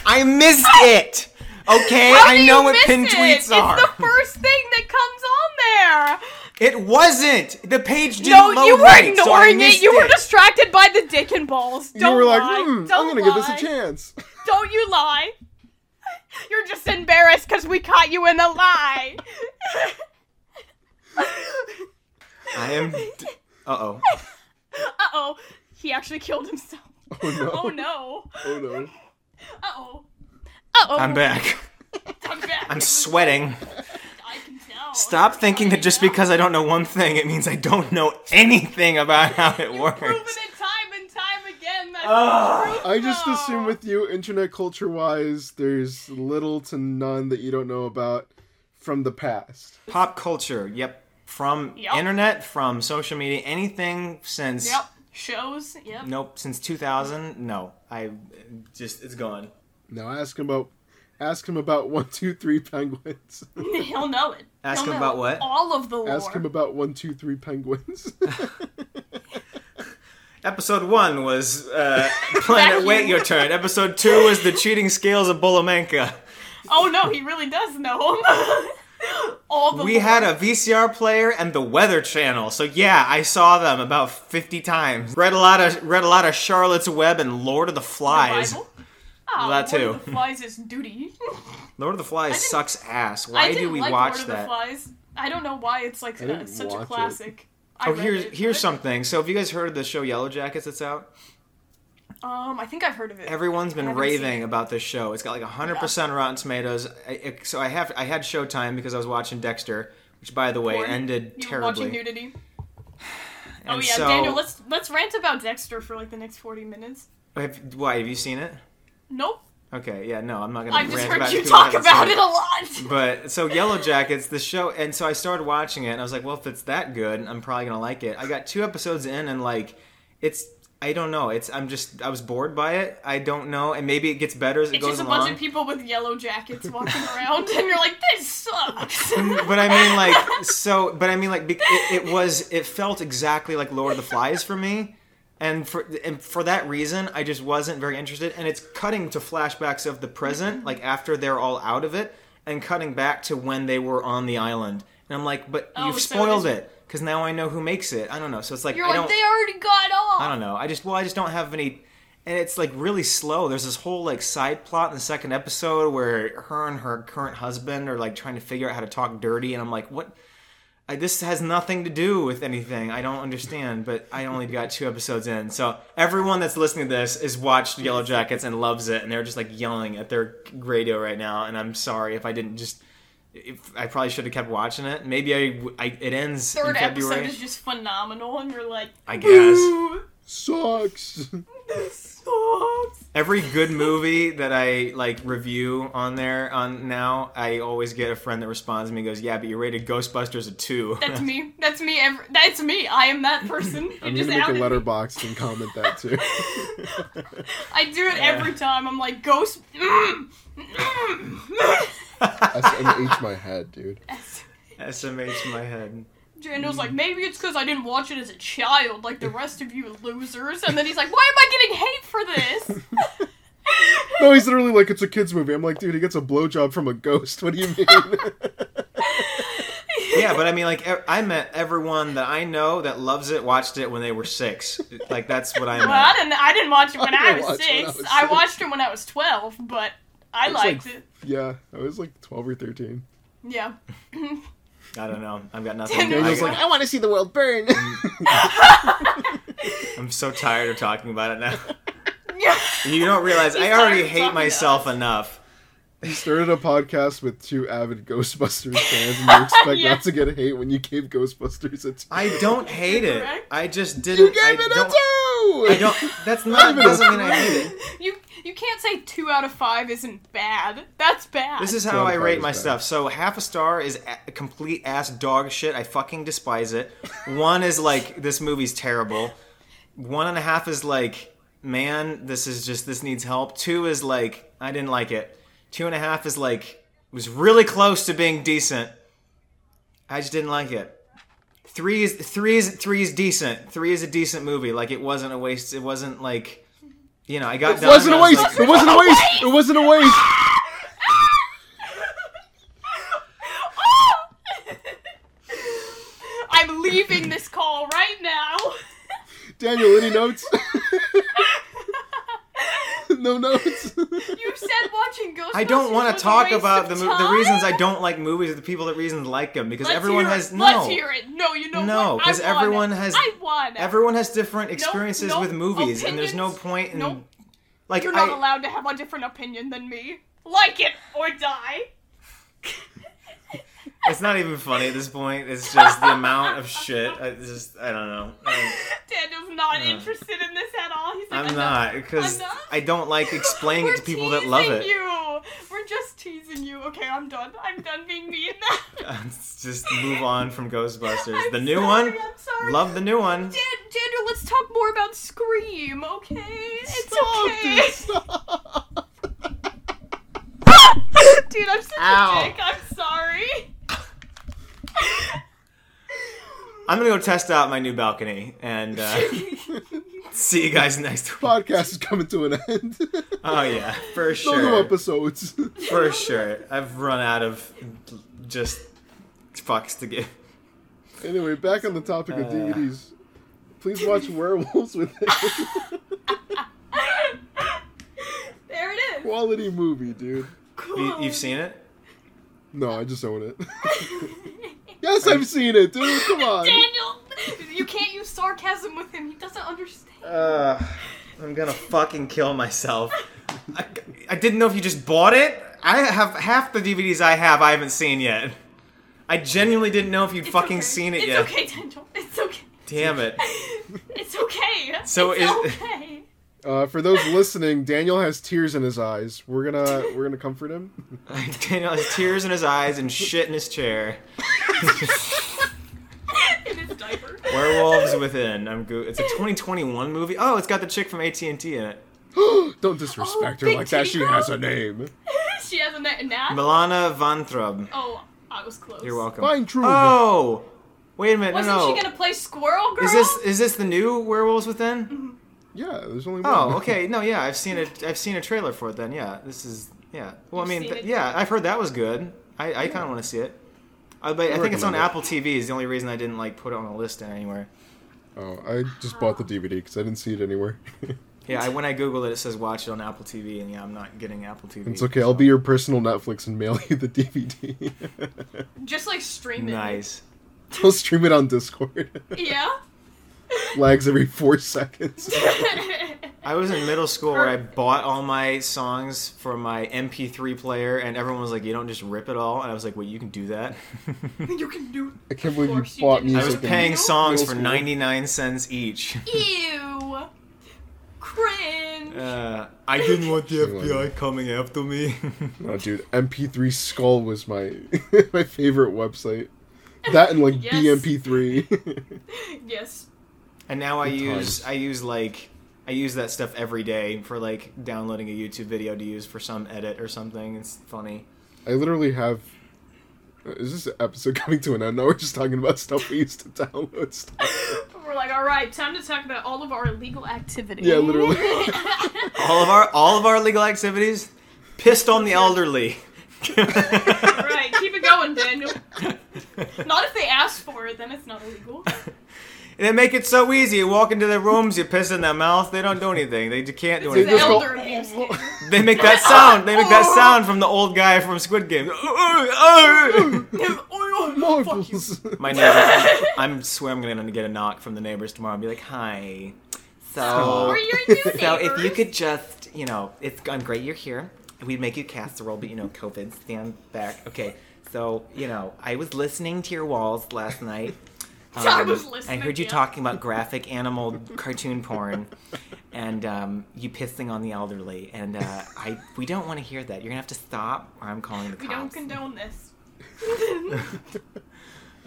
I missed it. Okay, How do I know you what miss pinned it? tweets are. It's the first thing that comes on there. It wasn't. The page didn't No, load you were right, so I ignoring it. missed You were distracted by the dick and balls. Don't you were like, lie. hmm, I'm Don't gonna give lie. this a chance. Don't you lie. You're just embarrassed because we caught you in a lie. I am. Uh oh. uh oh. He actually killed himself. Oh no! Oh no. Oh, no. Uh oh. Uh oh. I'm back. I'm back. I'm sweating. I can tell. Stop thinking that just because I don't know one thing, it means I don't know anything about how it Proven works. it time and time again. That's the I just truth, assume though. with you, internet culture wise, there's little to none that you don't know about from the past. Pop culture. Yep. From Yep. internet, from social media, anything since. Yep. Shows. Yep. Nope. Since 2000. No. I just. It's gone. Now ask him about ask him about one two three penguins. He'll know it. Ask He'll him know about what? All of the lore. ask him about one two three penguins. Episode one was uh, Planet Wait Your Turn. Episode two was the cheating scales of Bolomenka. Oh no, he really does know him. all the We lore. had a VCR player and the Weather Channel, so yeah, I saw them about fifty times. Read a lot of read a lot of Charlotte's Web and Lord of the Flies. Bible. Oh, That Lord too. of the Flies is duty. Lord of the Flies didn't- sucks ass. I Why didn't do we like watch Lord of the that? Flies. I don't know why it's like uh, didn't such watch a it. classic. I Oh, read here's it, here's but, something. So, have you guys heard of the show Yellow Jackets that's out? Um, I think I've heard of it. Everyone's been haven't seen raving about this show. It's got like 100% Rotten Tomatoes. I, it, so I have I had Showtime because I was watching Dexter, which by the way Porn. ended you were terribly. watching nudity. Oh And yeah, so- Daniel. Let's let's rant about Dexter for like the next forty minutes. Have- why have you seen it? Nope, Okay, yeah, no, I'm not gonna. I've just rant heard about you who talk hasn't about seen it a lot. But so Yellow Jackets, the show, and so I started watching it, and I was like, well, if it's that good, I'm probably gonna like it. I got two episodes in, and like, it's I don't know, it's I'm just I was bored by it. I don't know, and maybe it gets better as it It's goes just a along. bunch of people with yellow jackets walking around, and you're like, this sucks. Mm, but I mean, like, so, but I mean, like, bec- it, it was, it felt exactly like Lord of the Flies for me. And for, and for that reason, I just wasn't very interested. And it's cutting to flashbacks of the present, like after they're all out of it, and cutting back to when they were on the island. And I'm like, but Oh, you've so spoiled it's- it, because now I know who makes it. I don't know. So it's like, You're I like, don't. they already got off. I don't know. I just well, I just don't have any. And it's like really slow. There's this whole like side plot in the second episode where her and her current husband are like trying to figure out how to talk dirty, and I'm like, what? I, this has nothing to do with anything. I don't understand, but I only got two episodes in. So everyone that's listening to this has watched Yellow Jackets and loves it, and they're just like yelling at their radio right now. And I'm sorry if I didn't just. If, I probably should have kept watching it. Maybe I, I- it ends Third in February. episode is just phenomenal, and you're like, I guess "Ooh, Sucks. this sucks. every good movie that I like review on there on now, I always get a friend that responds to me and goes, "Yeah, but you rated Ghostbusters a two. That's me. That's me. Every, that's me. I am that person. You I'm just gonna make a outed me. letterbox and comment that too. I do it every time. I'm like, ghost. Mm, mm. SMH my head, dude. SMH my head. Daniel's Hmm. like, maybe it's because I didn't watch it as a child, like the rest of you losers. And then he's like, why am I getting hate for this? No, he's literally like, it's a kids movie. I'm like, dude, he gets a blowjob from a ghost. What do you mean? yeah, but I mean, like, e- I met everyone that I know that loves it watched it when they were six. Like, that's what I meant. well, I didn't. I didn't watch it when I I, didn't was watch it six. when I was I six. watched it when I was twelve, but I It's liked like- it. yeah, I was like 12 or 13. Yeah. I don't know. I've got nothing. Daniel's I, like, I want to see the world burn. I'm so tired of talking about it now. Yeah. You don't realize I tired already of hate talking myself enough. you started a podcast with two avid Ghostbusters fans, and you expect Yeah. not to get hate when you gave Ghostbusters a two. I don't hate You're it. correct. I just didn't. you gave I it don't, a two. I don't. That's not. doesn't mean I hate it. You you can't say two out of five isn't bad. That's bad. This is how I Soundcloud rate is my bad. stuff. So half a star is a complete ass dog shit. I fucking despise it. One is like this movie's terrible. One and a half is like, man, this is just this needs help. Two is like, I didn't like it. Two and a half is like was really close to being decent. I just didn't like it. Three is three is three is decent. Three is a decent movie. Like it wasn't a waste. It wasn't like, you know, I got It wasn't a and I was waste. like- It wasn't a waste. It wasn't a waste. Ah! I'm leaving this call right now. Daniel, any notes? no notes. You said watching Ghostbusters. I don't want was to a talk waste about the of mo- the time? reasons I don't like movies are the people that reasons like them because Let's everyone hear it. has no Let's hear it. No, you know No, what? I 'cause won. everyone has- I won. everyone has different experiences no with movies and there's no opinions. point in Nope. like You're not I, allowed to have a different opinion than me. Like it or die. it's not even funny at this point. It's just the amount of shit. I it's just I don't know. I, Daniel's not interested in this at all. He's like, I'm "Enough." not because Enough? I don't like explaining We're it to people that love teasing it. You. We're just teasing you. Okay, I'm done. I'm done being mean now. Let's just move on from Ghostbusters. I'm the new sorry, one, I'm sorry. love the new one. Dan- Daniel, let's talk more about Scream, okay? It's Stop, okay. dude, stop. Dude, I'm such Ow. a dick. I'm sorry. I'm gonna go test out my new balcony and uh, see you guys next week. Podcast is coming to an end. Oh yeah, for No sure. new episodes. For sure. I've run out of just fucks to give. anyway, back on the topic Uh. of DVDs. Please watch Werewolves with There it is. quality movie, dude. You, you've seen it? No, I just own it. yes, I've seen it, dude. Come on. Daniel, you can't use sarcasm with him. He doesn't understand. Uh, I'm gonna fucking kill myself. I, I didn't know if you just bought it. I have half the DVDs I have I haven't seen yet. I genuinely didn't know if you'd fucking okay. seen it it's yet. okay, Daniel. It's okay. Damn it. It's okay. So it's is- okay. Uh, for those listening, Daniel has tears in his eyes. We're gonna we're gonna comfort him. Daniel has tears in his eyes and shit in his chair. In his diaper. Werewolves Within. I'm go- It's a 2021 movie. Oh, it's got the chick from AT&T in it. Don't disrespect Oh, her big like that. titty She girl. has a name. she has a net and that. Milana Van Trub. Oh, I was close. You're welcome. Fine, true. Oh, wait a minute. Wasn't no, no. she gonna play Squirrel Girl? Is this is this the new Werewolves Mm-hmm. Within? Yeah, there's only one. Oh, okay. No, yeah, I've seen it. I've seen a trailer for it. Then, yeah, this is yeah. Well, I You've mean, seen th- it? yeah, I've heard that was good. I, I kind of want to see it. I, but I think it's on recommend it. Apple TV. Is the only reason I didn't like put it on a list anywhere. Oh, I just bought the DVD because I didn't see it anywhere. Yeah, I, when I Google it, it says watch it on Apple TV, and yeah, I'm not getting Apple TV. it's okay. I'll be your personal Netflix and mail you the DVD. Just like streaming. nice. He'll stream it on Discord. Yeah. Lags every four seconds. I was in middle school where I bought all my songs for my MP3 player, and everyone was like, "You don't just rip it all," and I was like, "Wait, you can do that." you can do I can't believe course you you bought didn't. music. I was in- paying songs for school. 99 cents each. Ew. Cringe. Uh, I didn't want the FBI coming after me. Oh, dude, MP3 Skull was my my favorite website. That and like Yes. BMP3. yes. and now I Good use times. I use like I use that stuff every day for like downloading a YouTube video to use for some edit or something. It's funny. I literally have. Is this episode coming to an end? Now we're just talking about stuff we used to download stuff. We're like, all right, time to talk about all of our illegal activities. Yeah, literally. All of our all of our legal activities pissed on the elderly. All right, keep it going, Daniel. Not if they ask for it, then it's not illegal. They make it so easy. You walk into their rooms, you piss in their mouth. They don't do anything. They just can't do The just anything. go- elder abuse. case. They make that sound. They make that sound from the old guy from Squid Game. Marbles. My neighbor. I'm swear I'm gonna get a knock from the neighbors tomorrow and be like, "Hi." Who Uh, So, are your new so if you neighbors? could just, you know, it's I'm great you're here. We'd make you casserole, but you know, COVID, stand back. Okay. So, you know, I was listening to your walls last night. I was Um, listening, I heard you yeah. talking about graphic animal cartoon porn and um, you pissing on the elderly. And uh, I we don't want to hear that. You're going to have to stop or I'm calling the We don't cops. condone this.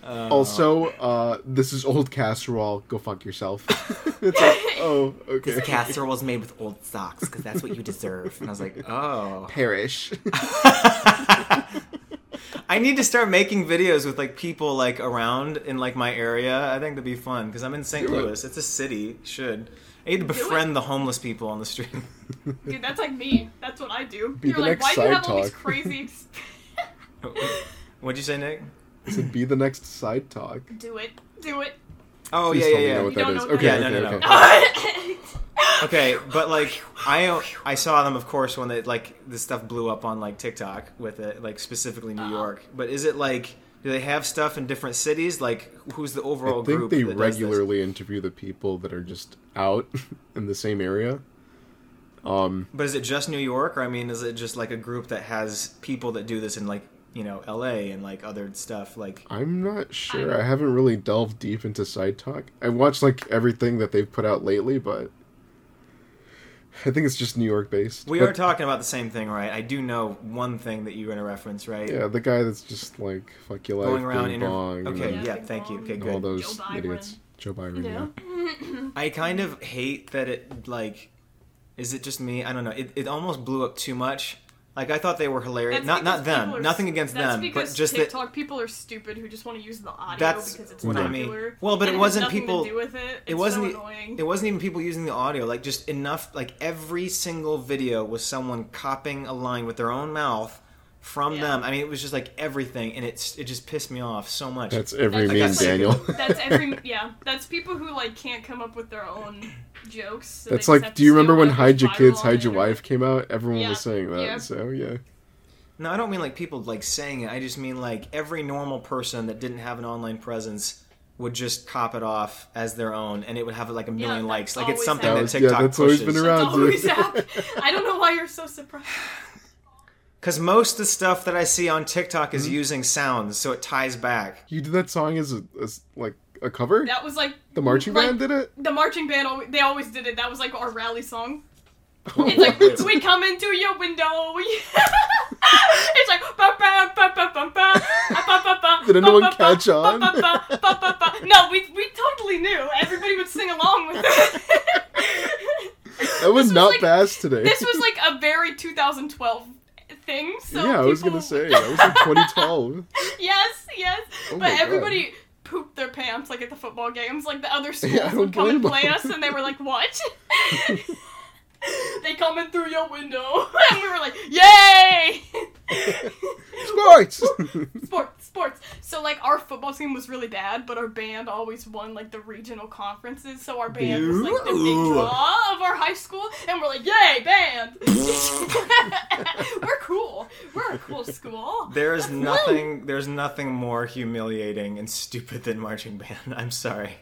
also, uh, this is old casserole. Go fuck yourself. it's like, oh, okay. this casserole was made with old socks because that's what you deserve. And I was like, oh. Perish. I need to start making videos with like people like around in like my area. I think that'd be fun because I'm in St. Do it. Louis. It's a city. Should I need to befriend the homeless people on the street? Dude, that's like me. That's what I do. Be You're the like, why next do you side have all these talk." crazy? Ex- What'd you say, Nick? to be the next side talk. do it. Do it. Oh Please yeah, tell yeah, me you know yeah. what You that don't is. know what Okay, is. that Yeah, no, okay, no, no. okay. Okay, but like I I saw them of course when they like this stuff blew up on like TikTok with it like specifically Uh-huh. New York. But is it like do they have stuff in different cities? Like who's the overall I think group? they that does this? regularly interview the people that are just out in the same area. Um, But is it just New York, or I mean, is it just like a group that has people that do this in like you know L.A. and like other stuff? Like I'm not sure. I haven't really delved deep into side talk. I watched like everything that they've put out lately, but I think it's just New York based. we But, are talking about the same thing, right? I do know one thing that you're going to reference, right? yeah, the guy that's just like fuck your life, Going around, bing inter- bong, okay, and yeah, Bing thank you. bong. Okay, all good. those Joe Byron. idiots. Joe Byron. Yeah. Yeah. I kind of hate that it like is it just me? I don't know. It, it almost blew up too much. Like I thought they were hilarious. not That's because not people them. are- Nothing against that's them, because but just that TikTok people are stupid who just want to use the audio That's because it's what I mean. popular. Well, but and it has wasn't nothing people- To do with it. It's it wasn't so e- annoying. it wasn't even people using the audio like just enough like every single video was someone copying a line with their own mouth from Yeah. them i mean it was just like everything and it's it just pissed me off so much That's every That's meme, just, like, Daniel. that's every yeah. That's people who like can't come up with their own jokes. so they That's just like, have do to you steal remember when whatever's "Hide Your viral Kids, on Hide the Your internet. Wife" came out? Everyone Yeah, was saying that. yeah. So yeah, no i don't mean like people like saying it i just mean like every normal person that didn't have an online presence would just cop it off as their own and it would have like a million likes that's like it's always something happened. that That was- yeah, tiktok that's always pushes. been around. It's always happened. I don't know why you're so surprised. because most of the stuff that i see on tiktok Mm-hmm. is using sounds so it ties back you did that song as, a, as like a cover. That was like the marching like, band did it. The marching band, alwa- they always did it. That was like our rally song. Oh, It's like we come into your window. we-" it's like ba ba ba ba ba ba ah, ba ba ba. Did ba, anyone ba, ba, catch ba, on? ba, ba, ba, ba, ba. No, we we totally knew. Everybody would sing along with it. That was was not like- fast today. this was like a very 2012 thing. So yeah, I was people- gonna say that was like 2012. yes, yes. Oh my but God. everybody pooped their pants like at the football games. Like the other schools I don't would come and blame play them. us, and they were like, "What?" they coming through your window, and we were like, "Yay!" Sports. sports, sports, sports. So like our football team was really bad, but our band always won like the regional conferences. So our band was like the big draw of our high school, and we're like, yay, band! we're cool. We're a cool school. There is nothing. There's nothing more humiliating and stupid than marching band. I'm sorry,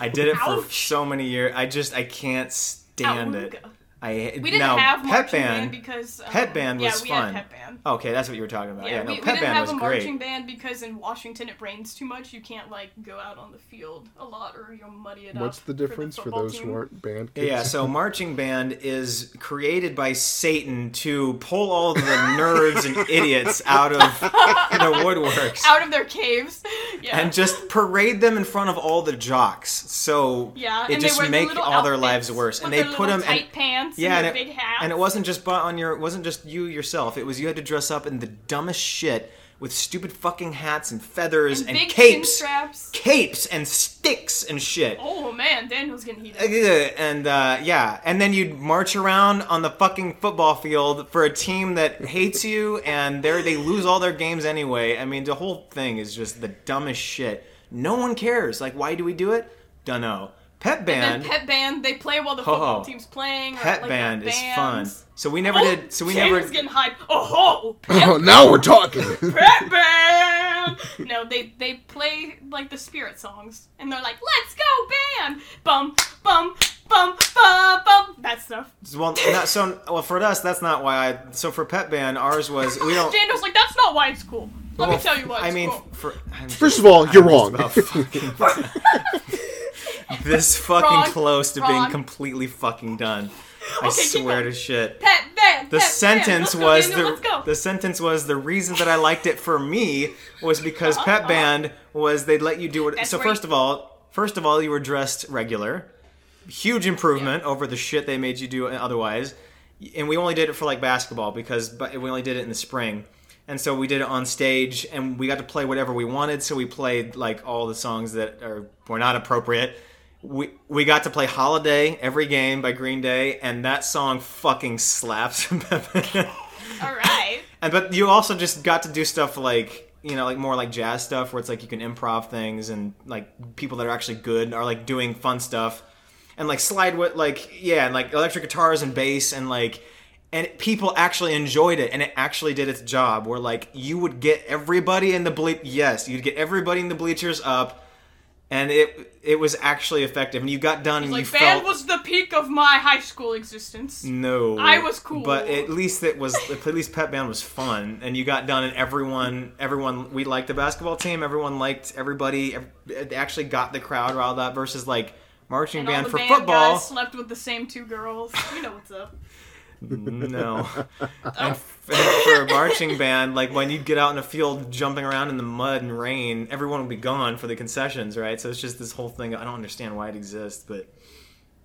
I did it for Ouch. so many years. I just I can't stand it. Awooga. I We didn't now, have pet marching band. band because um, pet band was yeah, we fun. Had pet band. Okay, that's what you were talking about. Yeah, Yeah, no, we, we pet didn't band have was a great. marching band because in Washington it rains too much. You can't like go out on the field a lot, or you'll muddy it up. What's the difference for, football those team. who aren't band kids? Yeah, so marching band is created by Satan to pull all the nerds and idiots out of the woodworks out of their caves? Yeah, and just parade them in front of all the jocks. So yeah, it and just they wear make their all little their outfits lives worse. And with they their put little them tight in, pants, yeah, and, and their it, big hats, and it wasn't just bu- on your, it wasn't just you yourself. It was you had to dress up in the dumbest shit with stupid fucking hats and feathers and, big chin capes, straps. capes and sticks and shit. Oh man, Daniel's getting heated. And uh, yeah, and then you'd march around on the fucking football field for a team that hates you, and they they lose all their games anyway. I mean, the whole thing is just the dumbest shit. No one cares. Like, why do we do it? Dunno. Pep And band, pet band, they play while the Ho, football ho. team's playing. Or pet like band the is fun. bands. So we never Oh, did. So we Daniel's never. getting hyped. Oh ho! Pet Oh, now we're talking. Pet band. No, they they play like the spirit songs, and they're like, "Let's go band!" Bum bum bum bum bum. That stuff. Well, not, so well for us, that's not why. I So for pep band, ours was we don't. Daniel's like, "That's not why it's cool." Let me tell you why. It's Oh. I mean, cool. for, I'm just- First of all, you're I'm wrong. just about fucking- this fucking Wrong. close to being Wrong. completely fucking done. I Okay, keep swear to going. shit. pet band. The pet band. sentence Let's go, was Daniel, the Let's go. the sentence was the reason that I liked it for me was because Pet Band was they'd let you do it. That's So where you- first of all, first of all, you were dressed regular, huge improvement over the shit they made you do otherwise. And we only did it for like basketball because but we only did it in the spring. And so we did it on stage and we got to play whatever we wanted. So we played like all the songs that are were not appropriate. We we got to play Holiday every game by Green Day and that song fucking slaps. All right. And but you also just got to do stuff like you know, like more like jazz stuff where it's like you can improv things and like people that are actually good are like doing fun stuff and like slide what like yeah, and like electric guitars and bass and like and people actually enjoyed it and it actually did its job where like you would get everybody in the ble yes, you'd get everybody in the bleachers up and it it was actually effective and you got done and Like you band felt was the peak of my high school existence. no, I was cool. but at least it was at least Pep Band was fun, and you got done, and everyone, everyone, we liked the basketball team. Everyone liked everybody. ev- It actually got the crowd riled up versus like marching And all band the for band football. guys slept with the same two girls. You know what's up. No, and f- and for a marching band, like when you'd get out in a field jumping around in the mud and rain, everyone would be gone for the concessions, right? So it's just this whole thing. I don't understand why it exists, but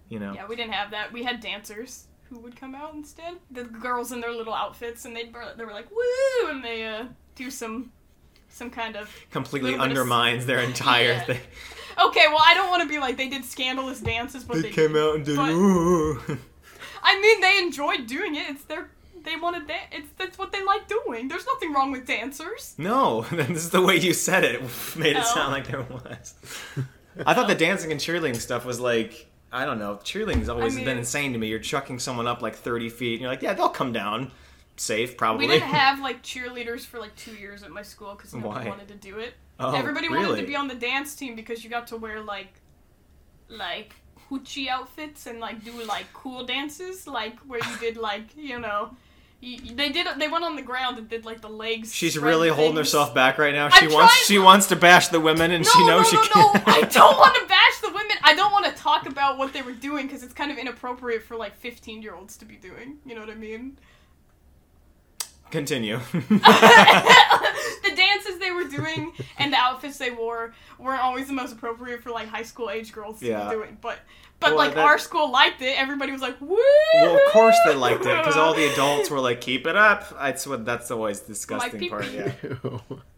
you know, Yeah, we didn't have that. We had dancers who would come out instead. The girls in their little outfits, and they they were like woo, and they uh, do some some kind of completely little bit of- undermines their entire Yeah. thing. okay. Well, I don't want to be like they did scandalous dances, but they, They came out and did. But- "Ooh." I mean, they enjoyed doing it. It's their they want to dance. It's that's what they like doing. There's nothing wrong with dancers. No, this is the way you said it. Made it Oh. sound like there was. I thought the dancing and cheerleading stuff was like I don't know. Cheerleading's always I mean- been insane to me. You're chucking someone up like 30 feet, and you're like, yeah, they'll come down safe, probably. We didn't have like cheerleaders for like two years at my school because no Why? one wanted to do it. Oh, Everybody wanted really? to be on the dance team because you got to wear like like hoochie outfits and like do like cool dances, like where you did like you know. y y- they did. They went on the ground and did like the legs. She's spread really holding things. herself back right now. She I'm wants trying- she wants to bash the women, and No, she no, knows no, she no! can't. I don't want to bash the women. I don't want to talk about what they were doing because it's kind of inappropriate for like fifteen-year-olds to be doing. You know what I mean? Continue. the dances they were doing and the outfits they wore weren't always the most appropriate for like high school age girls to Yeah. be doing. But but Well, like that- our school liked it. Everybody was like, "Woo!" well, of course they liked it because all the adults were like, "Keep it up." That's what that's always the disgusting pee-pee. part. Yeah. Ew.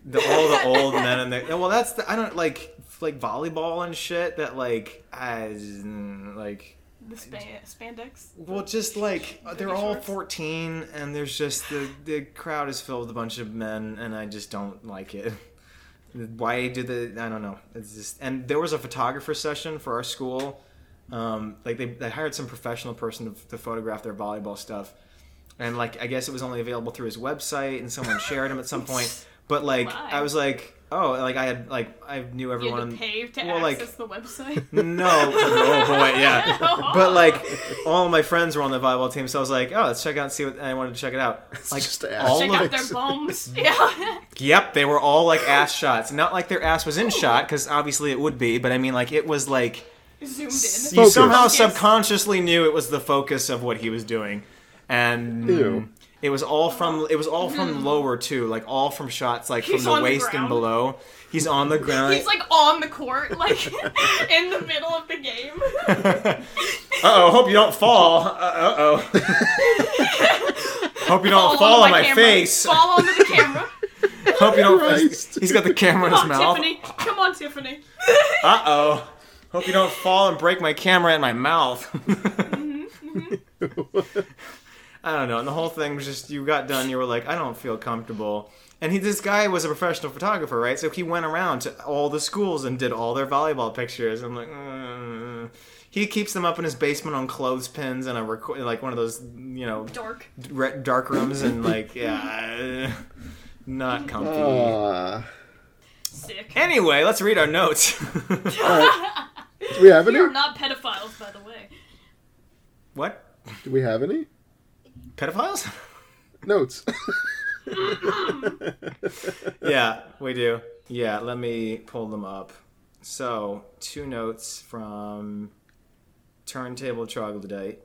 the, all the old men and the well that's the, i don't like like volleyball and shit that like as like the spa- spandex. well just like they're all shorts. 14 and there's just the the crowd is filled with a bunch of men and i just don't like it why do the I don't know. It's just and there was a photographer session for our school. Um, like they, they hired some professional person to, to photograph their volleyball stuff, and like I guess it was only available through his website, and someone shared him at some point. But like My. I was like, oh, like I had like I knew You everyone. had to pay to well, like access the website. no, oh boy, yeah. Oh. But like all my friends were on the volleyball team, so I was like, oh, let's check out and see what. And I wanted to check it out. Like just to ask. all check of out their bones. yeah. Yep, they were all like ass shots. Not like their ass was in shot, because obviously it would be, but I mean, like, it was like Zoomed you in. Focus. somehow Focus. subconsciously knew it was the focus of what he was doing. And Ew. it was all from it was all from lower too, like all from shots like He's from the on the waist and ground. below. He's on the ground. He's like on the court, like in the middle of the game. Uh-oh, hope you don't fall. Uh oh. hope you don't fall, on my, camera. face. Fall onto the camera. Hope you don't Christ. He's got the camera in his Come on, mouth. Oh, Tiffany. Come on, Tiffany. Uh oh. Hope you don't fall and break my camera in my mouth. I don't know. And the whole thing was just you got done, you were like, I don't feel comfortable. And he, this guy was a professional photographer, right? So he went around to all the schools and did all their volleyball pictures. I'm like, mm. he keeps them up in his basement on clothespins and a reco- like one of those, you know, Dork. re- dark rooms and like, yeah, not comfy. Uh, Sick. anyway, let's read our notes. do we have any? We are not pedophiles, by the way. what? Do we have any Pedophiles? notes? yeah, we do. Yeah, let me pull them up. So, two notes from Turntable Troglodyte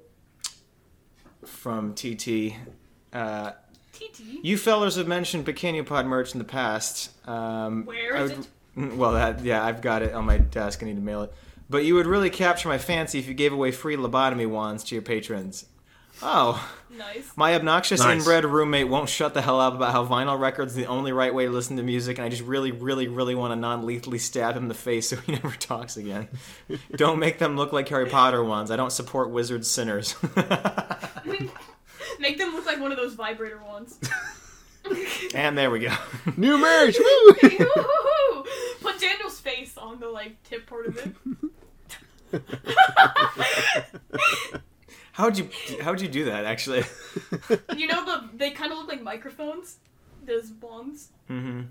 from TT. Uh, TT. you fellers have mentioned Bikiniopod merch in the past. Um, Where I is would- Well, that yeah, I've got it on my desk. I need to mail it. But you would really capture my fancy if you gave away free lobotomy wands to your patrons. Oh. Nice. My obnoxious Nice. inbred roommate won't shut the hell up about how vinyl records the only right way to listen to music, and I just really, really, really want to non-lethally stab him in the face so he never talks again. don't make them look like Harry Potter ones. I don't support wizard sinners. Make them look like one of those vibrator ones. and there we go. New marriage. Woo! Yoo-hoo-hoo! Put Daniel's face on the like tip part of it. How'd you How'd you do that? Actually, You know the they kind of look like microphones, those wands, hmm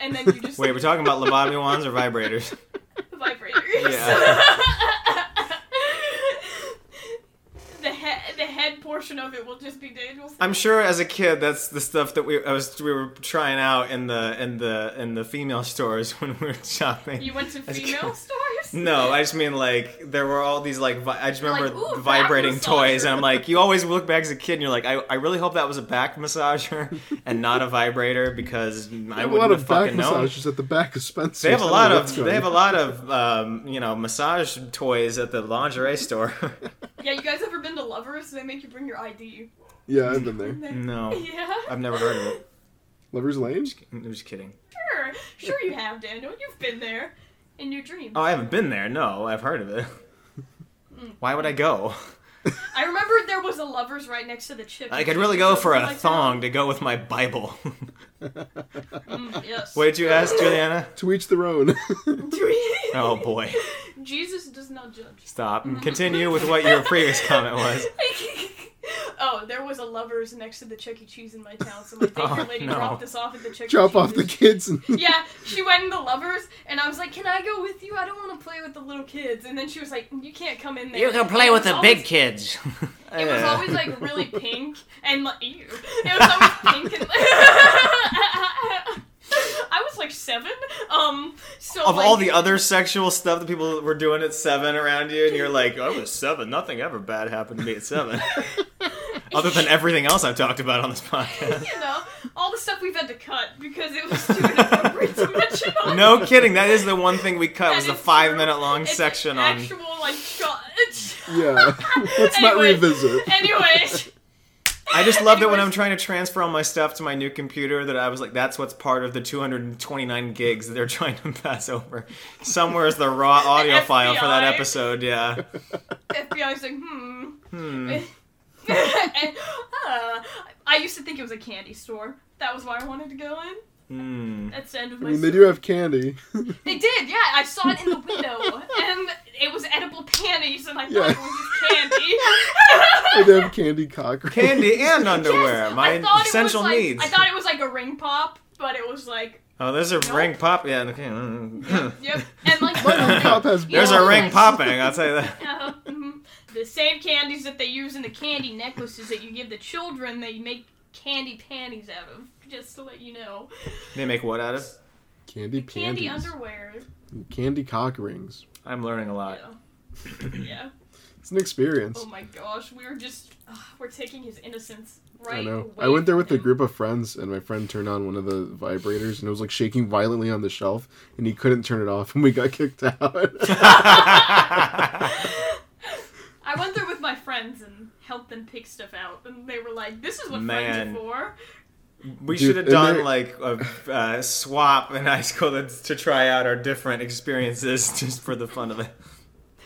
and then you just wait, we're talking about lobotomy wands or vibrators? vibrators. Yeah. the head the head portion of it will just be Daniel's. I'm sure as a kid, that's the stuff that we I was we were trying out in the in the in the female stores when we were shopping. You went to As a kid. female stores. No, I just mean like there were all these like vi- I just remember Like, ooh, vibrating back toys, massager. and I'm like, you always look back as a kid, and you're like, I, I really hope that was a back massager and not a vibrator because I I have a wouldn't have lot of back fucking known. massages at the back of Spencer's. They have a I don't lot know what's of they going have a on. lot of um, you know massage toys at the lingerie store. Yeah, you guys ever been to Lovers? They make you bring your ID. Yeah, I've been there. no, Yeah. I've never heard of it. Lovers Lane. I'm just kidding. Sure, sure you have, Daniel. You've been there in your dreams. Oh, I haven't been there. No, I've heard of it. Hmm. Why would I go? I remember there was a lovers right next to the chip. I could really go for a Like um, that. thong to go with my Bible. Mm, yes. what did you ask, Juliana? To each their own. Oh boy. Jesus does not judge. Stop and continue with what your previous comment was. oh, there was a lovers next to the Chuck E. Cheese in my town, so my baker Oh, lady no. dropped us off at the Chuck E. Cheese. Drop off the kids. And Yeah, she went in the lovers, and I was like, "Can I go with you? I don't want to play with the little kids." And then she was like, "You can't come in there. You can play with It the was big always- kids. It was Yeah. always like really pink and like ew. It was always pink and like I was like seven. Um so Of like, all the other sexual stuff that people were doing at seven around you, and you're like, I was seven. Nothing ever bad happened to me at seven. Other than everything else I've talked about on this podcast. you know, all the stuff we've had to cut because it was too inappropriate to mention on No kidding. That is the one thing we cut That was the is five true. minute long It's section on. actual like shot yeah, let's not Anyway. revisit. Anyways I just loved it when Anyways. I'm trying to transfer all my stuff to my new computer that I was like, that's what's part of the 229 gigs that they're trying to pass over. Somewhere is the raw audio file for that FBI. episode. Yeah. FBI's like, hmm. Hmm. and, uh, I used to think it was a candy store. That was why I wanted to go in. Hmm. That's the end of I my. mean, they story. do have candy. They did, yeah. I saw it in the window, and it was edible panties, and I thought Yeah. it was just candy. they have candy cockroach. Candy and underwear, Yes, my I thought it was essential like- needs. I thought it was like a ring pop, but it was like, oh, there's a ring pop. Yeah, okay. yep, and like Ring pop has there's Yeah. a ring popping. I'll tell you that. Uh, mhm. the same candies that they use in the candy necklaces that you give the children, they make candy panties out of. Just to let you know, They make what out of? candy candy panties. underwear. Candy cock rings. I'm learning a lot. Uh, Yeah. yeah. It's an experience. Oh my gosh, we were just ah, we're taking his innocence right. I know. away I went there from with a him. group of friends, and my friend turned on one of the vibrators, and it was like shaking violently on the shelf, and he couldn't turn it off, and we got kicked out. I went there with my friends and helped them pick stuff out, and they were like, "This is what Man. friends are for." We Dude, should have and done there- like a uh, swap in high school to, to try out our different experiences just for the fun of it.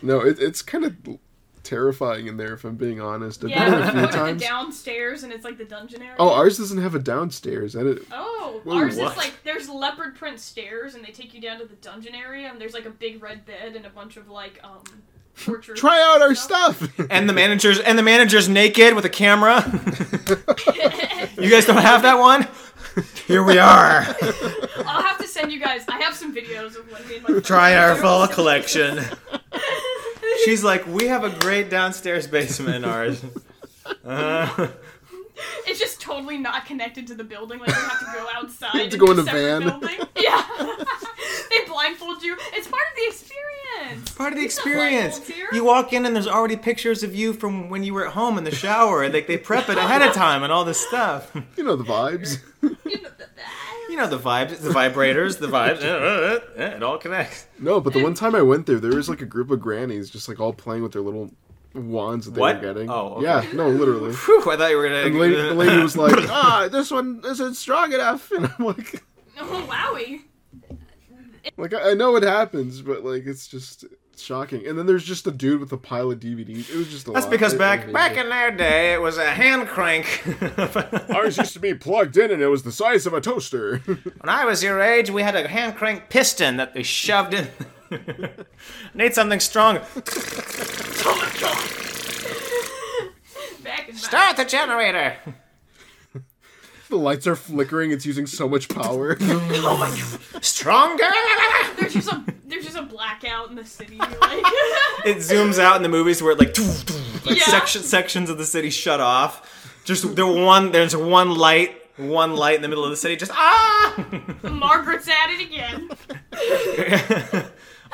no, it, it's kind of terrifying in there, if I'm being honest. I've Yeah, been in we a few go to the times. downstairs, and it's like the dungeon area. Oh, ours doesn't have a downstairs. I didn't- Oh, Whoa, ours what? is like there's leopard print stairs, and they take you down to the dungeon area, and there's like a big red bed and a bunch of like um torture. Try out our stuff. And the managers and the managers naked with a camera. you guys don't have that one. Here we are. I'll have to send you guys. I have some videos of when me and my friends Try our were- fall collection. She's like, we have a great downstairs basement in ours. Uh, It's just totally not connected to the building. Like you have to go outside. have to and go do in a separate van. Building. Yeah, they blindfold you. It's part of the experience. part of the It's not like experience. old dear. You walk in and there's already pictures of you from when you were at home in the shower. Like they prep it ahead of time and all this stuff. you know the vibes. You know, th- th- You know the vibes, the vibrators, the vibes. Yeah, it all connects. No, but the one time I went there, there was like a group of grannies just like all playing with their little wands that they What? were getting. Oh, okay. yeah, no, literally. Whew, I thought you were gonna. And the lady, the lady was like, "Ah, this one isn't strong enough," and I'm like, Oh, wowie. "Like I I know it happens, but like it's just shocking." And then there's just a dude with a pile of DVDs. It was just a That's lot. because I- I back hated back it. in their day, it was a hand crank. ours used to be plugged in, and it was the size of a toaster. When I was your age, we had a hand crank piston that they shoved in. Need something strong. Back in my Start the generator. the lights are flickering. It's using so much power. Stronger. There's just a there's just a blackout in the city. Like It zooms out in the movies where it like, doof, doof, like Yeah. section, sections of the city shut off. Just the one. There's one light. One light in the middle of the city. Just ah. Margaret's at it again.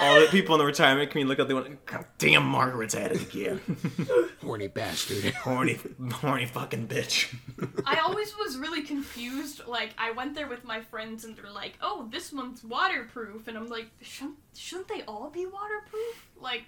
All the people in the retirement community look at they went, God damn, Margaret's at it again. Horny bastard. horny, horny fucking bitch. I always was really confused. Like I went there with my friends and they're like, "Oh, this one's waterproof," and I'm like, shouldn't, "Shouldn't they all be waterproof?" Like,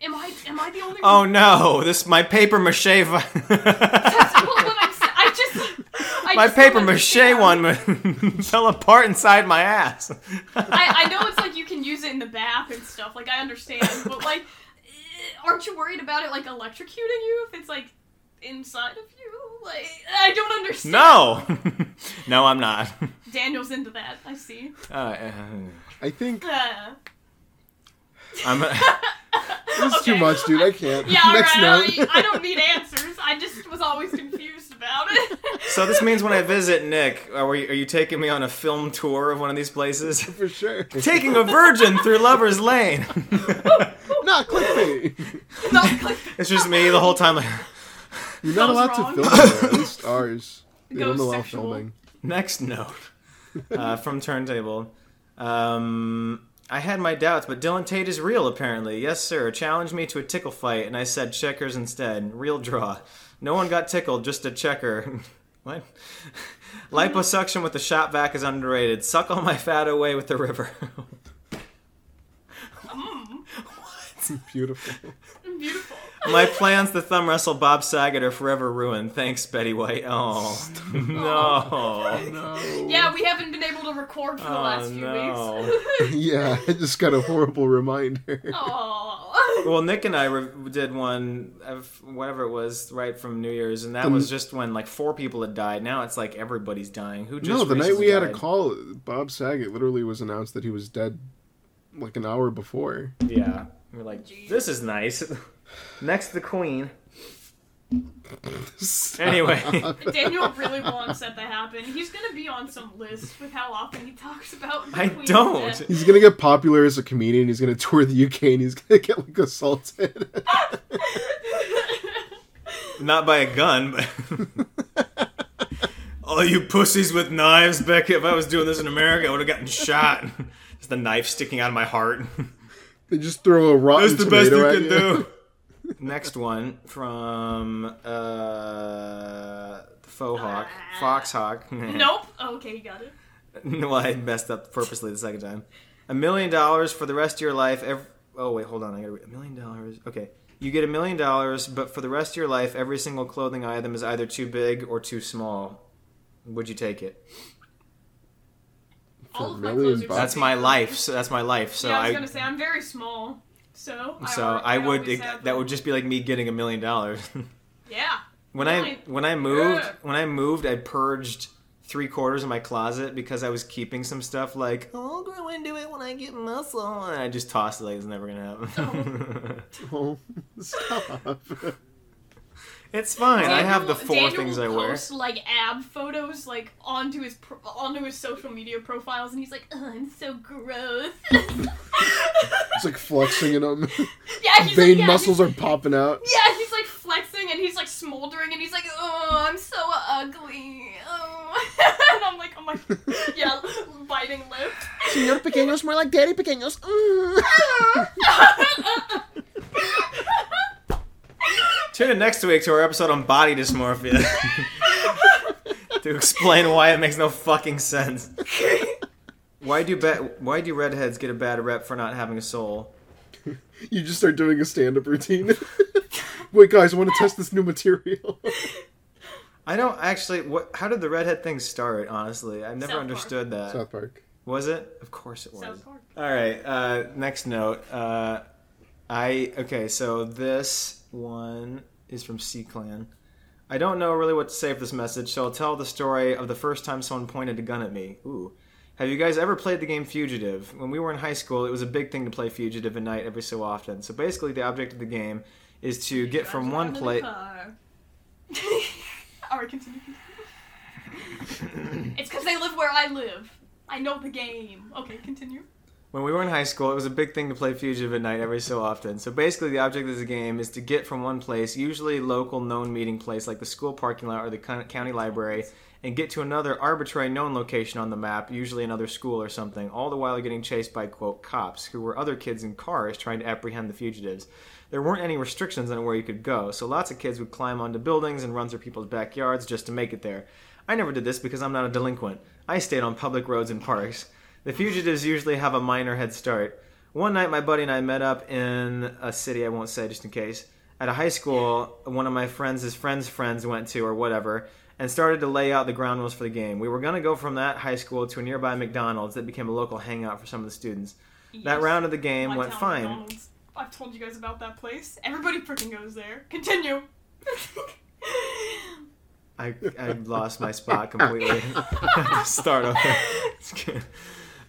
am I am I the only? Oh one? no, this my paper mache. vi- That's what I'm sa- I just I my just don't paper mache understand. one fell apart inside my ass. I, I know it's like you can use it in the bath and stuff. Like I understand, but like, eh, aren't you worried about it like electrocuting you if it's like inside of you? Like I don't understand. No, no, I'm not. Daniel's into that. I see. Uh, uh, I think Uh, I'm. this is too Okay. much, dude. I can't. yeah, all right. Next I, note. don't- I don't need answers. I just was always confused about it. So this means when I visit Nick, are, we, are you taking me on a film tour of one of these places? for sure. taking a virgin through Lover's Lane. Not clickbait. Not like It's just me the whole time. Like, You're not Sounds allowed wrong. to film there. At least ours. They Goes don't allow sexual. filming. Next note uh, from Turntable. Um, I had my doubts, but Dylan Tate is real, apparently. Yes, sir. Challenged me to a tickle fight, and I said checkers instead. Real draw. No one got tickled, just a checker. what? Liposuction with the shop vac is underrated. Suck all my fat away with the river. Beautiful. beautiful. my plans to thumb wrestle Bob Saget are forever ruined. Thanks, Betty White. Oh, no. No. Yeah, we haven't been able to record for the Oh, last few no. weeks. Yeah, I just got a horrible reminder. Oh. well, Nick and I re- did one of whatever it was, right from New Year's, and that was just when like four people had died. Now it's like everybody's dying. Who just No, the night recently we had a died? call, Bob Saget literally was announced that he was dead like an hour before. Yeah, we're like, this is nice. Next, the Queen. Anyway, Daniel really wants that to happen. He's gonna be on some list with how often he talks about. the I Queen's don't. death. He's gonna get popular as a comedian. He's gonna tour the UK and he's gonna get like assaulted. Not by a gun, but. All you pussies with knives, Beck. If I was doing this in America, I would have gotten shot. Just the knife sticking out of my heart. they just throw a rotten That's the best tomato you at can you. do. Next one from uh, Faux Hawk, Fox Hawk. Nope. Oh, okay, you got it. well, I messed up purposely the second time. A million dollars for the rest of your life. Every- oh wait, hold on. I gotta read. A million dollars. Okay, you get a million dollars, but for the rest of your life, every single clothing item is either too big or too small. Would you take it? All of my million clothes are bucks. That's my life. So that's my life. So yeah, I was I. gonna say I'm very small, so so already- I would. always It, have that them. would just be like me getting a million dollars. yeah. When I Really? when I moved Yeah. when I moved I purged three quarters of my closet because I was keeping some stuff like oh, I'll grow into it when I get muscle and I just tossed it like it's never gonna happen. Oh, stop. it's fine. I have the Daniel- four Daniel things will I wear. Post, like ab photos, like onto his pro- onto his social media profiles, and he's like, "Ugh, "I'm so gross." It's like flexing and um, yeah, he's vein like, yeah, muscles he's, are popping out. Yeah, he's like flexing and he's like smoldering and he's like, "Oh, I'm so ugly." Oh, and I'm like, "I'm like, yeah, biting lip." Señor Pequeños more like Daddy Pequeños. Mm. Tune in next week to our episode on body dysmorphia to explain why it makes no fucking sense. Why do ba- why do redheads get a bad rep for not having a soul? you just start doing a stand-up routine. Wait, guys, I want to test this new material. I don't actually. What? How did the redhead thing start? Honestly, I've never South Park. understood that. South Park. Was it? Of course it was. South Park. All right. Uh, next note. Uh, I okay. So this one is from C Clan. I don't know really what to say for this message, so I'll tell the story of the first time someone pointed a gun at me. Ooh. Have you guys ever played the game Fugitive? When we were in high school, it was a big thing to play Fugitive at night every so often. So basically, the object of the game is to get from one Under the place. car. All right, continue. it's because they live where I live. I know the game. Okay, continue. When we were in high school, it was a big thing to play Fugitive at night every so often. So basically, the object of the game is to get from one place, usually local known meeting place like the school parking lot or the coun- county library, and get to another arbitrary known location on the map, usually another school or something, all the while getting chased by, quote, cops, who were other kids in cars trying to apprehend the fugitives. There weren't any restrictions on where you could go, so lots of kids would climb onto buildings and run through people's backyards just to make it there. I never did this because I'm not a delinquent. I stayed on public roads and parks. The fugitives usually have a minor head start. One night, my buddy and I met up in a city I won't say just in case. At a high school, one of my friends, his friend's friends, went to or whatever, and started to lay out the ground rules for the game. We were going to go from that high school to a nearby McDonald's that became a local hangout for some of the students. That Yes. round of the game My went town fine. McDonald's. I've told you guys about that place. Everybody freaking goes there. Continue. I, I lost my spot completely. Start over.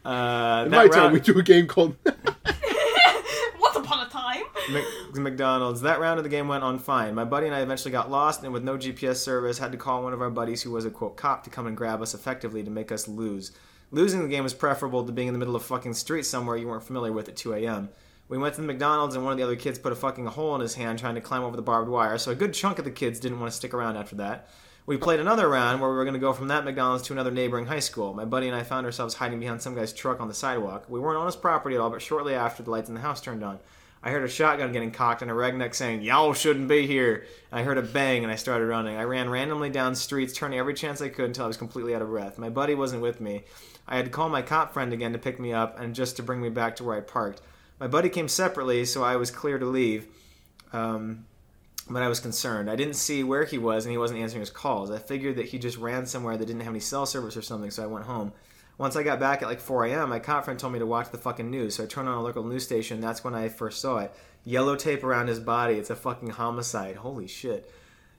Uh, In that my round, time, we do a game called Once upon a time. Mc- McDonald's. That round of the game went on fine. My buddy and I eventually got lost, and with no GPS service, had to call one of our buddies who was a quote cop to come and grab us effectively to make us lose. Losing the game was preferable to being in the middle of fucking street somewhere you weren't familiar with at 2 a.m. We went to the McDonald's, and one of the other kids put a fucking hole in his hand trying to climb over the barbed wire, so a good chunk of the kids didn't want to stick around after that. We played another round where we were going to go from that McDonald's to another neighboring high school. My buddy and I found ourselves hiding behind some guy's truck on the sidewalk. We weren't on his property at all, but shortly after, the lights in the house turned on. I heard a shotgun getting cocked and a redneck saying, Y'all shouldn't be here. I heard a bang and I started running. I ran randomly down streets, turning every chance I could until I was completely out of breath. My buddy wasn't with me. I had to call my cop friend again to pick me up and just to bring me back to where I parked. My buddy came separately, so I was clear to leave. Um, but I was concerned. I didn't see where he was, and he wasn't answering his calls. I figured that he just ran somewhere that didn't have any cell service or something, so I went home. Once I got back at like 4 a.m., my cop friend told me to watch the fucking news, so I turned on a local news station, and that's when I first saw it. yellow tape around his body. It's a fucking homicide. Holy shit.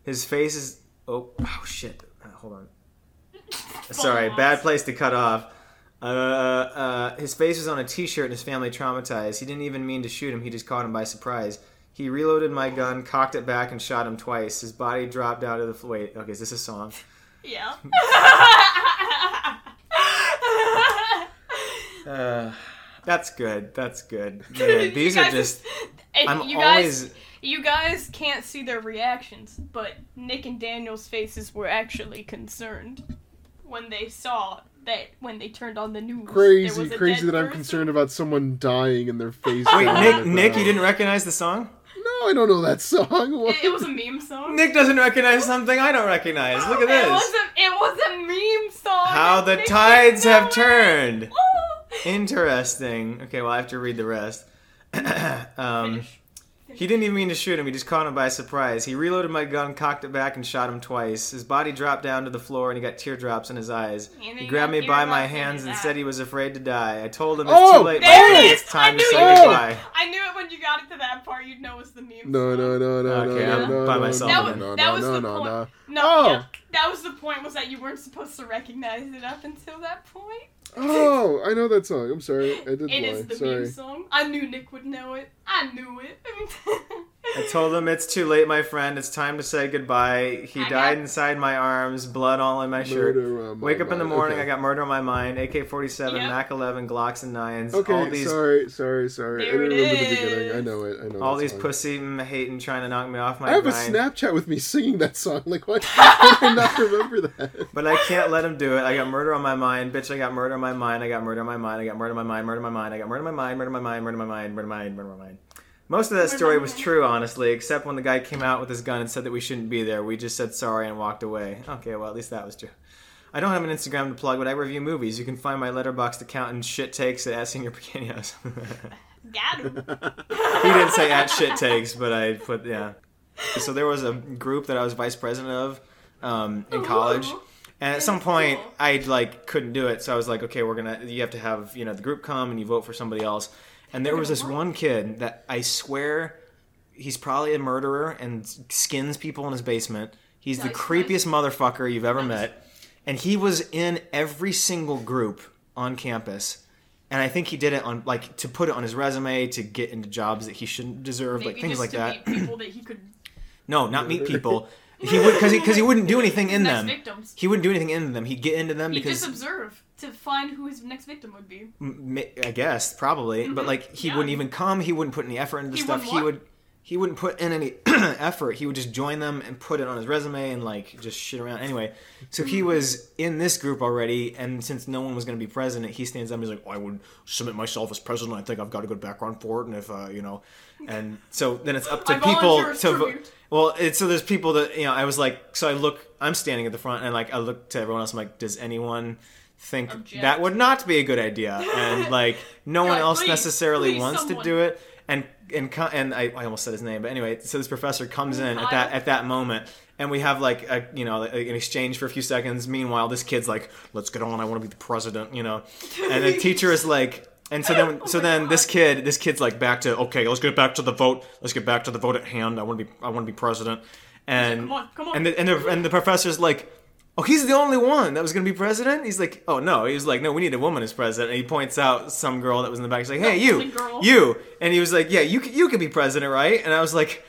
His face is oh oh shit. Uh, Hold on. Sorry, bad place to cut off. Uh, uh, his face was on a T-shirt, and his family traumatized. He didn't even mean to shoot him; he just caught him by surprise. He reloaded my gun, cocked it back, and shot him twice. His body dropped out of the. Fl- Wait, okay, is this a song? Yeah. Uh, that's good. That's good. Man, these You are guys- just. and I'm you always. guys, you guys can't see their reactions, but Nick and Daniel's faces were actually concerned when they saw that when they turned on the news. there Crazy, was a crazy dead that I'm person. concerned about someone dying in their face. Wait, down Nick, on the Nick, you ground. didn't recognize the song? No, I don't know that song. What? It, it was a meme song. Nick doesn't recognize something I don't recognize. Look at Oh, It was this. a, it was a meme song. How the Nick didn't tides know have it. turned. Oh. Interesting. Okay, well, I have to read the rest. um, Finish. he didn't even mean to shoot him. He just caught him by surprise. He reloaded my gun, cocked it back, and shot him twice. His body dropped down to the floor, and he got teardrops in his eyes. And He he grabbed got me by my teardrops in hands his and eyes. said he was afraid to die. I told him it's Oh, too late. there my it friend. is! It's time I to knew say you- goodbye. I knew it when you got it to that part. You'd know it was the meme. No, song. no, no, no, Okay, no, I'm no, by no, myself. that No, was, no, that no, was no, the no, point. no. No, Oh. yeah, that was the point. Was that you weren't supposed to recognize it up until that point? Oh, I know that song. I'm sorry, I did It is lie. the Sorry. meme song. I knew Nick would know it. I knew it. I told him it's too late, my friend. It's time to say goodbye. He I got- died inside my arms, blood all in my shirt. Murder on my Wake up in the mind. morning, Okay. I got murder on my mind. AK forty seven, Yep. Mac eleven, Glocks and nines. Okay, all these sorry, sorry, sorry. There I it didn't remember the beginning. I is. know it. I know. all that these song. pussy mm, hating trying to knock me off my I have a grind. Snapchat with me singing that song. Like, why why did I not remember that? But I can't let him do it. I got murder on my mind, bitch. I got murder on my mind. I got murder on my mind. I got murder on my mind. Murder on my mind. I got murder on my mind. Murder on my mind. Murder on my mind. Murder on my mind. Murder on my mind. Most of that Murder on story my was mind. true, honestly, except when the guy came out with his gun and said that we shouldn't be there. We just said sorry and walked away. Okay, well, at least that was true. I don't have an Instagram to plug, but I review movies. You can find my letterbox account and shit takes at Senior Pequeños. Got him. he didn't say at shit takes, but I put yeah. So there was a group that I was vice president of um, in college, Ooh. and at some point I like couldn't do it, so I was like, okay, we're gonna you have to have you know the group come and you vote for somebody else. And there was this one kid that I swear he's probably a murderer and skins people in his basement. He's the Nice, creepiest motherfucker you've ever met, and he was in every single group on campus and I think he did it on like to put it on his resume to get into jobs that he shouldn't deserve, Maybe like things just like to that. meet people that he could. No, not meet people. He would because he because he wouldn't do anything in Nice them. victims. He wouldn't do anything in them. He'd get into them He because just observe to find who his next victim would be. m- I guess probably, but like he Mm-hmm. Yeah. wouldn't even come. He wouldn't put any effort into the He stuff. wouldn't He what? would he wouldn't put in any effort. He would just join them and put it on his resume and like just shit around. Anyway, so he Mm-hmm. was in this group already, and since no one was going to be president, he stands up and he's like, "I would submit myself as president. I think I've got a good background for it, and if uh, you know." And so then it's up to I people volunteer as to vo- tribute. well, it's so there's people that you know. I was like, so I look, I'm standing at the front, and like I look to everyone else. I'm like, does anyone think Object. that would not be a good idea? And like, no one like, else please, necessarily please, wants someone. to do it. And and co- and I, I almost said his name, but anyway, so this professor comes in at that Kyle. at that moment, and we have like a you know a- an exchange for a few seconds. Meanwhile, this kid's like, let's get on. I want to be the president, you know. And the teacher is like. And so then, Oh so my then, God. this kid, this kid's like back to okay, let's get back to the vote. Let's get back to the vote at hand. I want to be, I want to be president. And Come on, come on. and the, and the and the professor's like, oh, he's the only one that was going to be president. He's like, oh no, he was like, no, we need a woman as president. And he points out some girl that was in the back. He's like, hey, you, Some girl. you. And he was like, yeah, you c- you can be president, right? And I was like,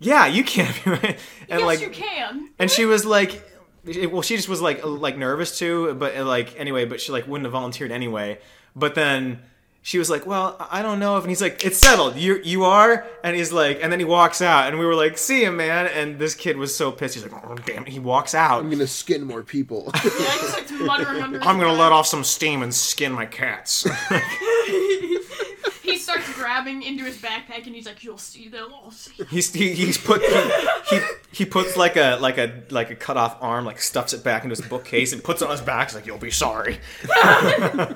yeah, you can be right. And yes, like, you can. and she was like, it- well, she just was like like nervous too, but uh, like anyway, but she like wouldn't have volunteered anyway. But then she was like, well, I- I don't know if, and he's like, it's settled, you you are, and he's like, and then he walks out, and we were like, see him, man, and this kid was so pissed, he's like, oh damn, it. he walks out. I'm gonna skin more people. Yeah, I just like muttering under. I'm gonna let off some steam and skin my cats. He starts grabbing into his backpack and he's like, "You'll see, they'll all see." He's he, he's put he, he he puts like a like a like a cut off arm, like stuffs it back into his bookcase and puts it on his back. He's like, "You'll be sorry." An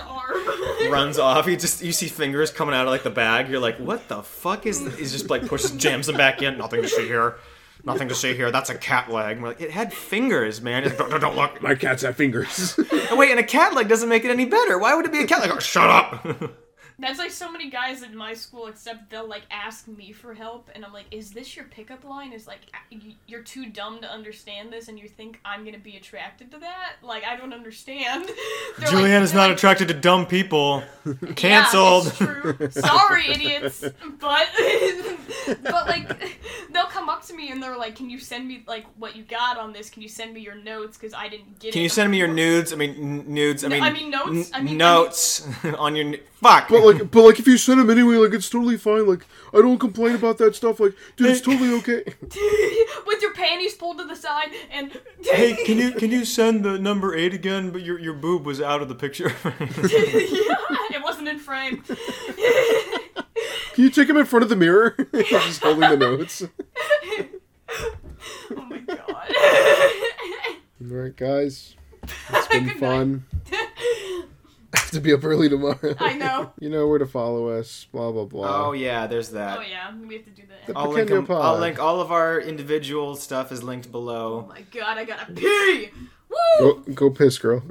arm. Runs off. He just you see fingers coming out of like the bag. You're like, "What the fuck is?" This? He's just like pushes jams them back in. Nothing to see here. Nothing to see here. That's a cat leg. And we're like, it had fingers, man. He's like, don't, don't look. My cats have fingers. Oh, wait, and a cat leg doesn't make it any better. Why would it be a cat leg? Oh, shut up. That's like so many guys in my school, except they'll like ask me for help, and I'm like, "Is this your pickup line?" Is like, "Ah, y- "You're too dumb to understand this, and you think I'm gonna be attracted to that?" Like, I don't understand. They're like- Julianne is they're not like, attracted to dumb people. yeah, Cancelled. it's true. Sorry, idiots. But but like they'll come up to me and they're like, "Can you send me like what you got on this? Can you send me your notes? Because I didn't get it." Can you send me your nudes? I mean, n- nudes. I No, mean, I mean notes. I mean- I mean- notes on your. nu- Fuck. But like, but like, if you send them anyway, like it's totally fine. Like, I don't complain about that stuff. Like, dude, it's totally okay. with your panties pulled to the side and hey, can you can you send the number eight again? But your your boob was out of the picture. yeah, it wasn't in frame. Can you take them in front of the mirror? Just holding the notes. Oh my god. All right, guys, it's been Good night. fun. I have to be up early tomorrow. I know. You know where to follow us. Blah blah blah. oh yeah, there's that. Oh yeah, we have to do Oh that. The I'll link, 'em- Pequeño Pod. I'll link all of our individual stuff is linked Oh below. my god, I gotta pee. Woo! Go, go piss, girl.